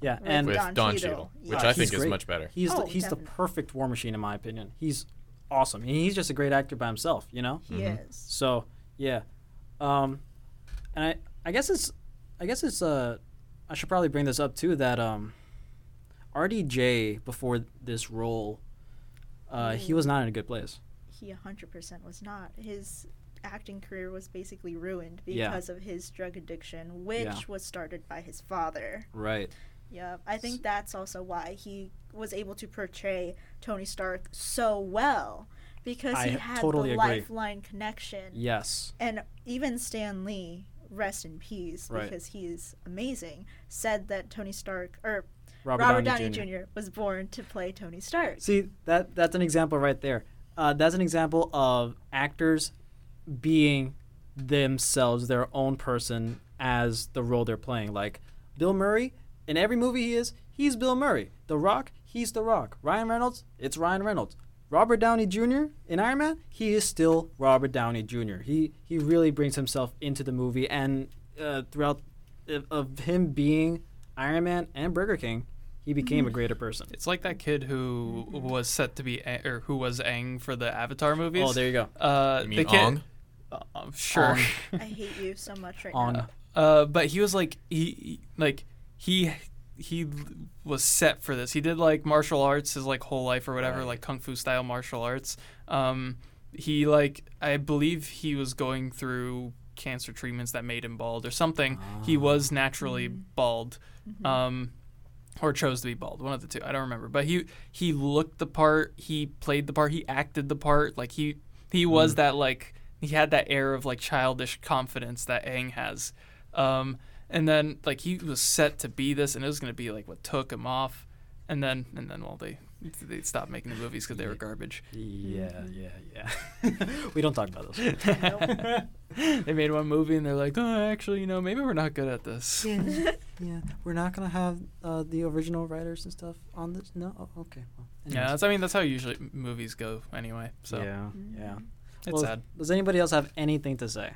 [SPEAKER 2] yeah.
[SPEAKER 4] with
[SPEAKER 2] And
[SPEAKER 3] With
[SPEAKER 4] Don
[SPEAKER 3] Don,
[SPEAKER 4] Cheadle.
[SPEAKER 3] Cheadle, which
[SPEAKER 2] uh,
[SPEAKER 3] I
[SPEAKER 2] he's
[SPEAKER 3] think is
[SPEAKER 2] great.
[SPEAKER 3] much better.
[SPEAKER 2] He's the,
[SPEAKER 4] Oh,
[SPEAKER 2] he's the
[SPEAKER 4] definitely.
[SPEAKER 2] perfect war machine in my opinion. He's awesome. And he's just a great actor by himself. You know.
[SPEAKER 4] He is.
[SPEAKER 2] So yeah, um, and I I guess it's I guess it's uh I should probably bring this up too that um RDJ before this role uh he was not in a good place.
[SPEAKER 4] He 100% was not. His acting career was basically ruined
[SPEAKER 2] Yeah.
[SPEAKER 4] because of his drug addiction, which
[SPEAKER 2] Yeah.
[SPEAKER 4] was started by his father.
[SPEAKER 2] Right.
[SPEAKER 4] Yeah, I think that's also why he was able to portray Tony Stark so well because
[SPEAKER 2] I
[SPEAKER 4] he had
[SPEAKER 2] totally
[SPEAKER 4] the
[SPEAKER 2] agree.
[SPEAKER 4] lifeline connection.
[SPEAKER 2] Yes.
[SPEAKER 4] and even Stan Lee, rest in peace,
[SPEAKER 2] Right.
[SPEAKER 4] because he's amazing, said that Tony Stark or
[SPEAKER 2] Robert,
[SPEAKER 4] Robert,
[SPEAKER 2] Downey, Jr.
[SPEAKER 4] was born to play Tony Stark.
[SPEAKER 2] See that that's an example right there. Uh, that's an example of actors being themselves, their own person as the role they're playing. Like Bill Murray, in every movie he is, he's Bill Murray. The Rock, he's The Rock. Ryan Reynolds, it's Ryan Reynolds. Robert Downey Jr. in Iron Man, he is still Robert Downey Jr. He he really brings himself into the movie and uh, throughout of, of him being Iron Man and Burger King, he became a greater person.
[SPEAKER 1] It's like that kid who was set to be A- or who was Aang for the Avatar movies.
[SPEAKER 2] Oh, there you go.
[SPEAKER 1] Uh,
[SPEAKER 3] You
[SPEAKER 1] the
[SPEAKER 3] mean
[SPEAKER 1] kid-
[SPEAKER 3] Ong?
[SPEAKER 1] Uh, um, sure.
[SPEAKER 4] I hate you so much right
[SPEAKER 2] On
[SPEAKER 4] now.
[SPEAKER 1] Uh, but he was like he like he he was set for this. He did like martial arts his like whole life or whatever, like kung fu style martial arts. Um, he like I believe he was going through cancer treatments that made him bald or something. He was naturally bald. Um, or chose to be bald, one of the two. I don't remember, but he he looked the part, he played the part, he acted the part. Like he he was
[SPEAKER 3] Mm.
[SPEAKER 1] that like he had that air of like childish confidence that Aang has. Um, and then like he was set to be this, and it was gonna be like what took him off, and then and then well they they stopped making the movies because they were garbage.
[SPEAKER 2] Yeah, yeah, yeah. we don't talk about those.
[SPEAKER 1] They made one movie and they're like, oh, actually, you know, maybe we're not good at this.
[SPEAKER 2] yeah, we're not gonna have uh, the original writers and stuff on this. No, oh, okay. Well,
[SPEAKER 1] Yeah, that's, I mean that's how usually movies go anyway. So
[SPEAKER 2] yeah, yeah.
[SPEAKER 1] it's
[SPEAKER 2] Well,
[SPEAKER 1] sad.
[SPEAKER 2] Does anybody else have anything to say?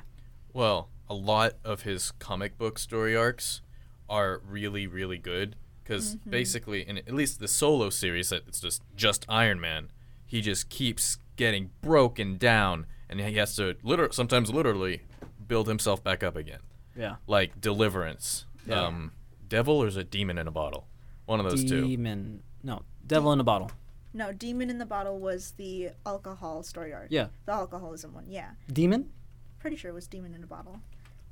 [SPEAKER 3] Well, a lot of his comic book story arcs are really, really good because basically, in at least the solo series, that it's just just Iron Man. He just keeps getting broken down, and he has to liter- sometimes literally build himself back up again.
[SPEAKER 2] Yeah.
[SPEAKER 3] Like Deliverance,
[SPEAKER 2] Yeah.
[SPEAKER 3] um, Devil or is it Demon in a Bottle? One of those two.
[SPEAKER 2] Demon. No, devil in a bottle.
[SPEAKER 4] No, Demon in the Bottle was the alcohol story arc.
[SPEAKER 2] Yeah.
[SPEAKER 4] The alcoholism one, yeah.
[SPEAKER 2] Demon.
[SPEAKER 4] Pretty sure it was Demon in a Bottle.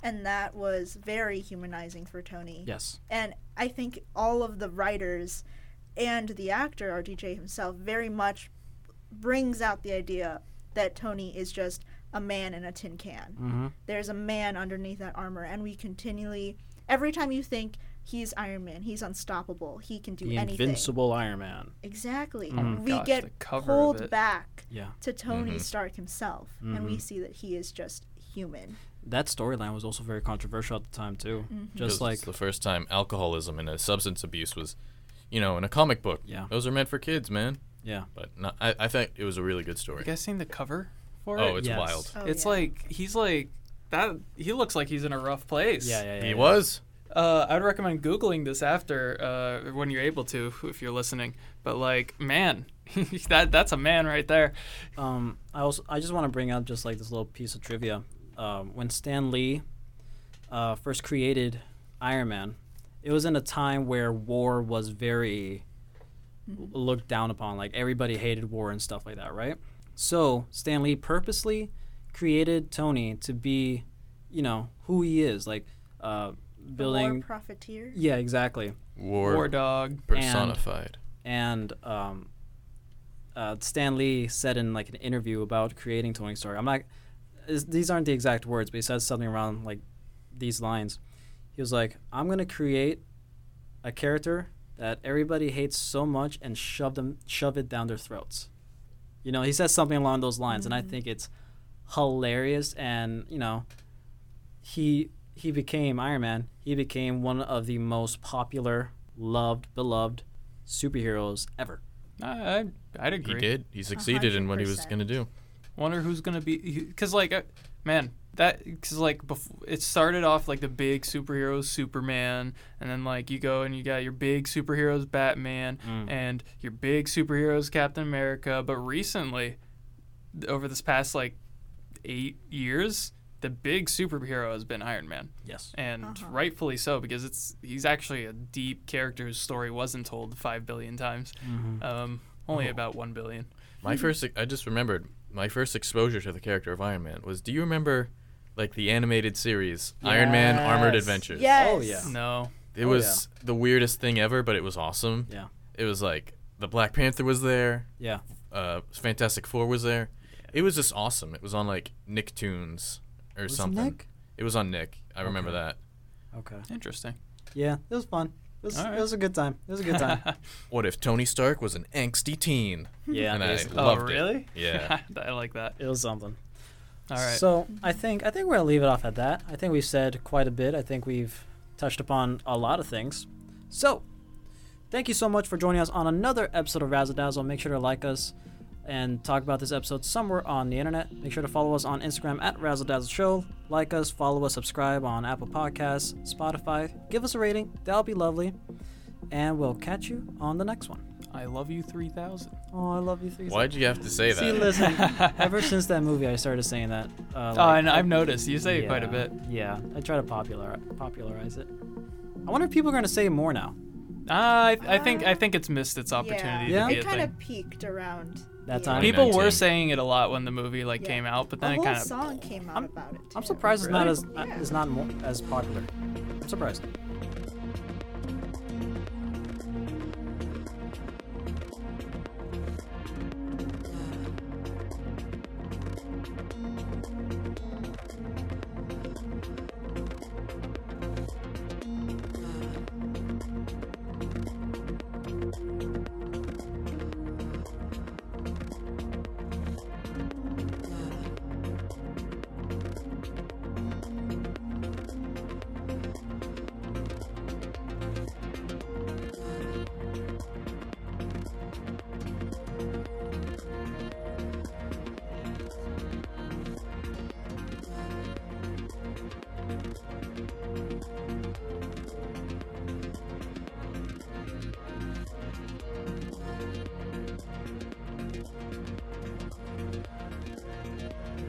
[SPEAKER 4] And that was very humanizing for Tony.
[SPEAKER 2] Yes.
[SPEAKER 4] And I think all of the writers and the actor, RDJ himself, very much brings out the idea that Tony is just a man in a tin can.
[SPEAKER 3] Mm-hmm.
[SPEAKER 4] There's a man underneath that armor, and we continually, every time you think he's Iron Man, he's unstoppable, he can do
[SPEAKER 2] The
[SPEAKER 4] anything.
[SPEAKER 2] invincible Iron Man.
[SPEAKER 4] Exactly.
[SPEAKER 1] my
[SPEAKER 4] we
[SPEAKER 1] gosh, the
[SPEAKER 4] get
[SPEAKER 1] cover of
[SPEAKER 4] pulled
[SPEAKER 1] it. Mm-hmm.
[SPEAKER 4] back
[SPEAKER 2] Yeah.
[SPEAKER 4] to Tony Stark himself, and we see that he is just human.
[SPEAKER 2] That storyline was also very controversial at the time too.
[SPEAKER 4] Mm-hmm.
[SPEAKER 2] Just
[SPEAKER 3] 'Cause
[SPEAKER 2] like
[SPEAKER 3] it's the first time alcoholism and uh, substance abuse was, you know, in a comic book.
[SPEAKER 2] Yeah.
[SPEAKER 3] Those are meant for kids, man.
[SPEAKER 2] yeah.
[SPEAKER 3] But no, I, I think it was a really good story.
[SPEAKER 1] You guys seen the cover for it?
[SPEAKER 3] Oh, it's
[SPEAKER 2] Yes.
[SPEAKER 3] wild.
[SPEAKER 4] Oh,
[SPEAKER 1] it's
[SPEAKER 4] yeah.
[SPEAKER 1] like he's like that. He looks like he's in a rough place.
[SPEAKER 2] Yeah, yeah, yeah.
[SPEAKER 3] He
[SPEAKER 2] yeah.
[SPEAKER 3] was.
[SPEAKER 1] Uh, I'd recommend googling this after uh, when you're able to, if you're listening. But like, man, that that's a man right there.
[SPEAKER 2] Um, I also I just want to bring up just like this little piece of trivia. Um, when Stan Lee uh, first created Iron Man, it was in a time where war was very looked down upon. Like everybody hated war and stuff like that, right? So Stan Lee purposely created Tony to be, you know, who he is, like uh,
[SPEAKER 4] Building.
[SPEAKER 2] building.
[SPEAKER 4] War profiteer.
[SPEAKER 2] yeah, exactly.
[SPEAKER 3] War,
[SPEAKER 1] War dog.
[SPEAKER 3] personified.
[SPEAKER 2] And um, uh, Stan Lee said in like an interview about creating Tony Stark. I'm not. Is, these aren't the exact words, but he says something around like these lines. He was like, "I'm gonna create a character that everybody hates so much and shove them shove it down their throats." You know, he says something along those lines, and I think it's hilarious. And you know, he he became Iron Man. He became one of the most popular, loved, beloved superheroes ever.
[SPEAKER 1] I, I I'd
[SPEAKER 3] He
[SPEAKER 1] agree.
[SPEAKER 3] did. He succeeded in what he was
[SPEAKER 4] 100%.
[SPEAKER 3] gonna do.
[SPEAKER 1] Wonder who's gonna be because like uh, man that because like before it started off like the big superheroes Superman and then like you go and you got your big superheroes Batman
[SPEAKER 2] Mm.
[SPEAKER 1] and your big superheroes Captain America but recently th- over this past like eight years the big superhero has been Iron Man
[SPEAKER 2] Yes.
[SPEAKER 1] and
[SPEAKER 4] Uh-huh.
[SPEAKER 1] rightfully so because it's he's actually a deep character whose story wasn't told five billion times
[SPEAKER 2] Mm-hmm.
[SPEAKER 1] um, only
[SPEAKER 2] Oh.
[SPEAKER 1] about one billion
[SPEAKER 3] My first, I just remembered my first exposure to the character of Iron Man was. Do you remember, like the animated series Iron Man Armored
[SPEAKER 2] Yes.
[SPEAKER 3] Adventures?
[SPEAKER 4] Yes.
[SPEAKER 2] Oh, yeah.
[SPEAKER 1] no
[SPEAKER 3] It
[SPEAKER 2] Oh,
[SPEAKER 3] was the weirdest thing ever, but it was awesome.
[SPEAKER 2] Yeah.
[SPEAKER 3] It was like the Black Panther was there,
[SPEAKER 2] Yeah.
[SPEAKER 3] uh, Fantastic Four was there. It was just awesome. It was on like Nicktoons or
[SPEAKER 2] Was it
[SPEAKER 3] something.
[SPEAKER 2] Nick?
[SPEAKER 3] It was on Nick. I remember
[SPEAKER 2] Okay.
[SPEAKER 3] that.
[SPEAKER 2] Okay.
[SPEAKER 1] interesting.
[SPEAKER 2] Yeah, it was fun. It was,
[SPEAKER 1] All
[SPEAKER 2] it was a good time. It was a good time.
[SPEAKER 3] What if Tony Stark was an angsty teen?
[SPEAKER 2] yeah,
[SPEAKER 3] And I-
[SPEAKER 2] basically.
[SPEAKER 1] Oh,
[SPEAKER 3] Loved it.
[SPEAKER 1] really?
[SPEAKER 3] Yeah.
[SPEAKER 1] I like that.
[SPEAKER 2] it was something.
[SPEAKER 1] All right.
[SPEAKER 2] So I think I think we're gonna leave it off at that. I think we've said quite a bit. I think we've touched upon a lot of things. So thank you so much for joining us on another episode of Razzle Dazzle. Make sure to like us and talk about this episode somewhere on the internet. Make sure to follow us on Instagram at Razzle Dazzle Show. Like us, follow us, subscribe on Apple Podcasts, Spotify. Give us a rating. That'll be lovely. And we'll catch you on the next one.
[SPEAKER 1] I love you 3000.
[SPEAKER 2] Oh, I love you, three.
[SPEAKER 3] Why'd you have to say
[SPEAKER 2] See,
[SPEAKER 3] that?
[SPEAKER 2] listen. ever since that movie, I started saying that.
[SPEAKER 1] oh,
[SPEAKER 2] Uh, like-
[SPEAKER 1] and I've noticed you say it quite a
[SPEAKER 2] Yeah,
[SPEAKER 1] bit.
[SPEAKER 2] Yeah, I try to popular popularize it. I wonder if people are gonna say it more now.
[SPEAKER 1] Ah, I, I think I think it's missed its opportunity to
[SPEAKER 2] Yeah.
[SPEAKER 1] be
[SPEAKER 4] It
[SPEAKER 1] a
[SPEAKER 4] kind
[SPEAKER 1] thing.
[SPEAKER 4] of peaked around
[SPEAKER 2] That
[SPEAKER 4] the
[SPEAKER 2] time.
[SPEAKER 4] end.
[SPEAKER 1] People were
[SPEAKER 3] 2019.
[SPEAKER 1] saying it a lot when the movie like
[SPEAKER 4] Yeah.
[SPEAKER 1] came out, but
[SPEAKER 4] A
[SPEAKER 1] then it
[SPEAKER 4] whole
[SPEAKER 1] kind of
[SPEAKER 4] song came out about it.
[SPEAKER 2] I'm
[SPEAKER 4] too.
[SPEAKER 2] surprised it's not as
[SPEAKER 4] Really?
[SPEAKER 2] uh, it's not more, as popular. I'm surprised.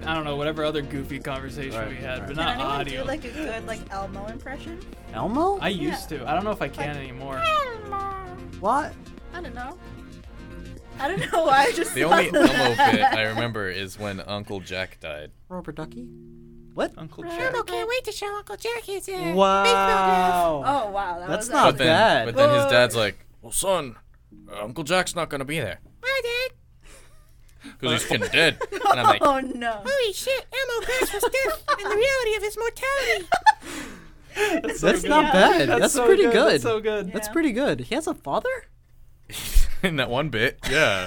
[SPEAKER 1] I don't know whatever other goofy conversation
[SPEAKER 2] Right,
[SPEAKER 1] we had,
[SPEAKER 2] right.
[SPEAKER 1] but
[SPEAKER 2] Can
[SPEAKER 1] not
[SPEAKER 4] Can anyone
[SPEAKER 1] audio.
[SPEAKER 4] do like a good like Elmo impression?
[SPEAKER 2] Elmo?
[SPEAKER 1] I used to. I don't know if I can
[SPEAKER 4] Like-
[SPEAKER 1] anymore.
[SPEAKER 4] Elmo.
[SPEAKER 2] what?
[SPEAKER 4] I don't know. I don't know why I just.
[SPEAKER 3] The only
[SPEAKER 4] thought
[SPEAKER 3] Elmo bit
[SPEAKER 4] of that.
[SPEAKER 3] I remember is when Uncle Jack died.
[SPEAKER 2] Robert Ducky? What?
[SPEAKER 1] Uncle
[SPEAKER 5] I
[SPEAKER 1] Jack.
[SPEAKER 5] don't Oh, can't wait to show Uncle Jack his uh,
[SPEAKER 2] Wow.
[SPEAKER 4] Oh wow, that
[SPEAKER 2] That's
[SPEAKER 4] was
[SPEAKER 2] not-
[SPEAKER 4] A,
[SPEAKER 3] But then,
[SPEAKER 2] bad.
[SPEAKER 3] but then his
[SPEAKER 4] Whoa.
[SPEAKER 3] dad's like, "Well, son, uh, Uncle Jack's not gonna be there
[SPEAKER 5] Wow, Dad.
[SPEAKER 3] because he's fucking dead." And I'm like,
[SPEAKER 4] oh no.
[SPEAKER 5] Holy shit, Elmo grasps his death and the reality of his mortality.
[SPEAKER 1] That's, so
[SPEAKER 2] That's
[SPEAKER 1] good.
[SPEAKER 2] not bad. That's,
[SPEAKER 1] so
[SPEAKER 2] pretty good.
[SPEAKER 1] That's so good.
[SPEAKER 2] That's
[SPEAKER 4] Yeah.
[SPEAKER 2] pretty good. He has a father?
[SPEAKER 3] in that one bit, yeah.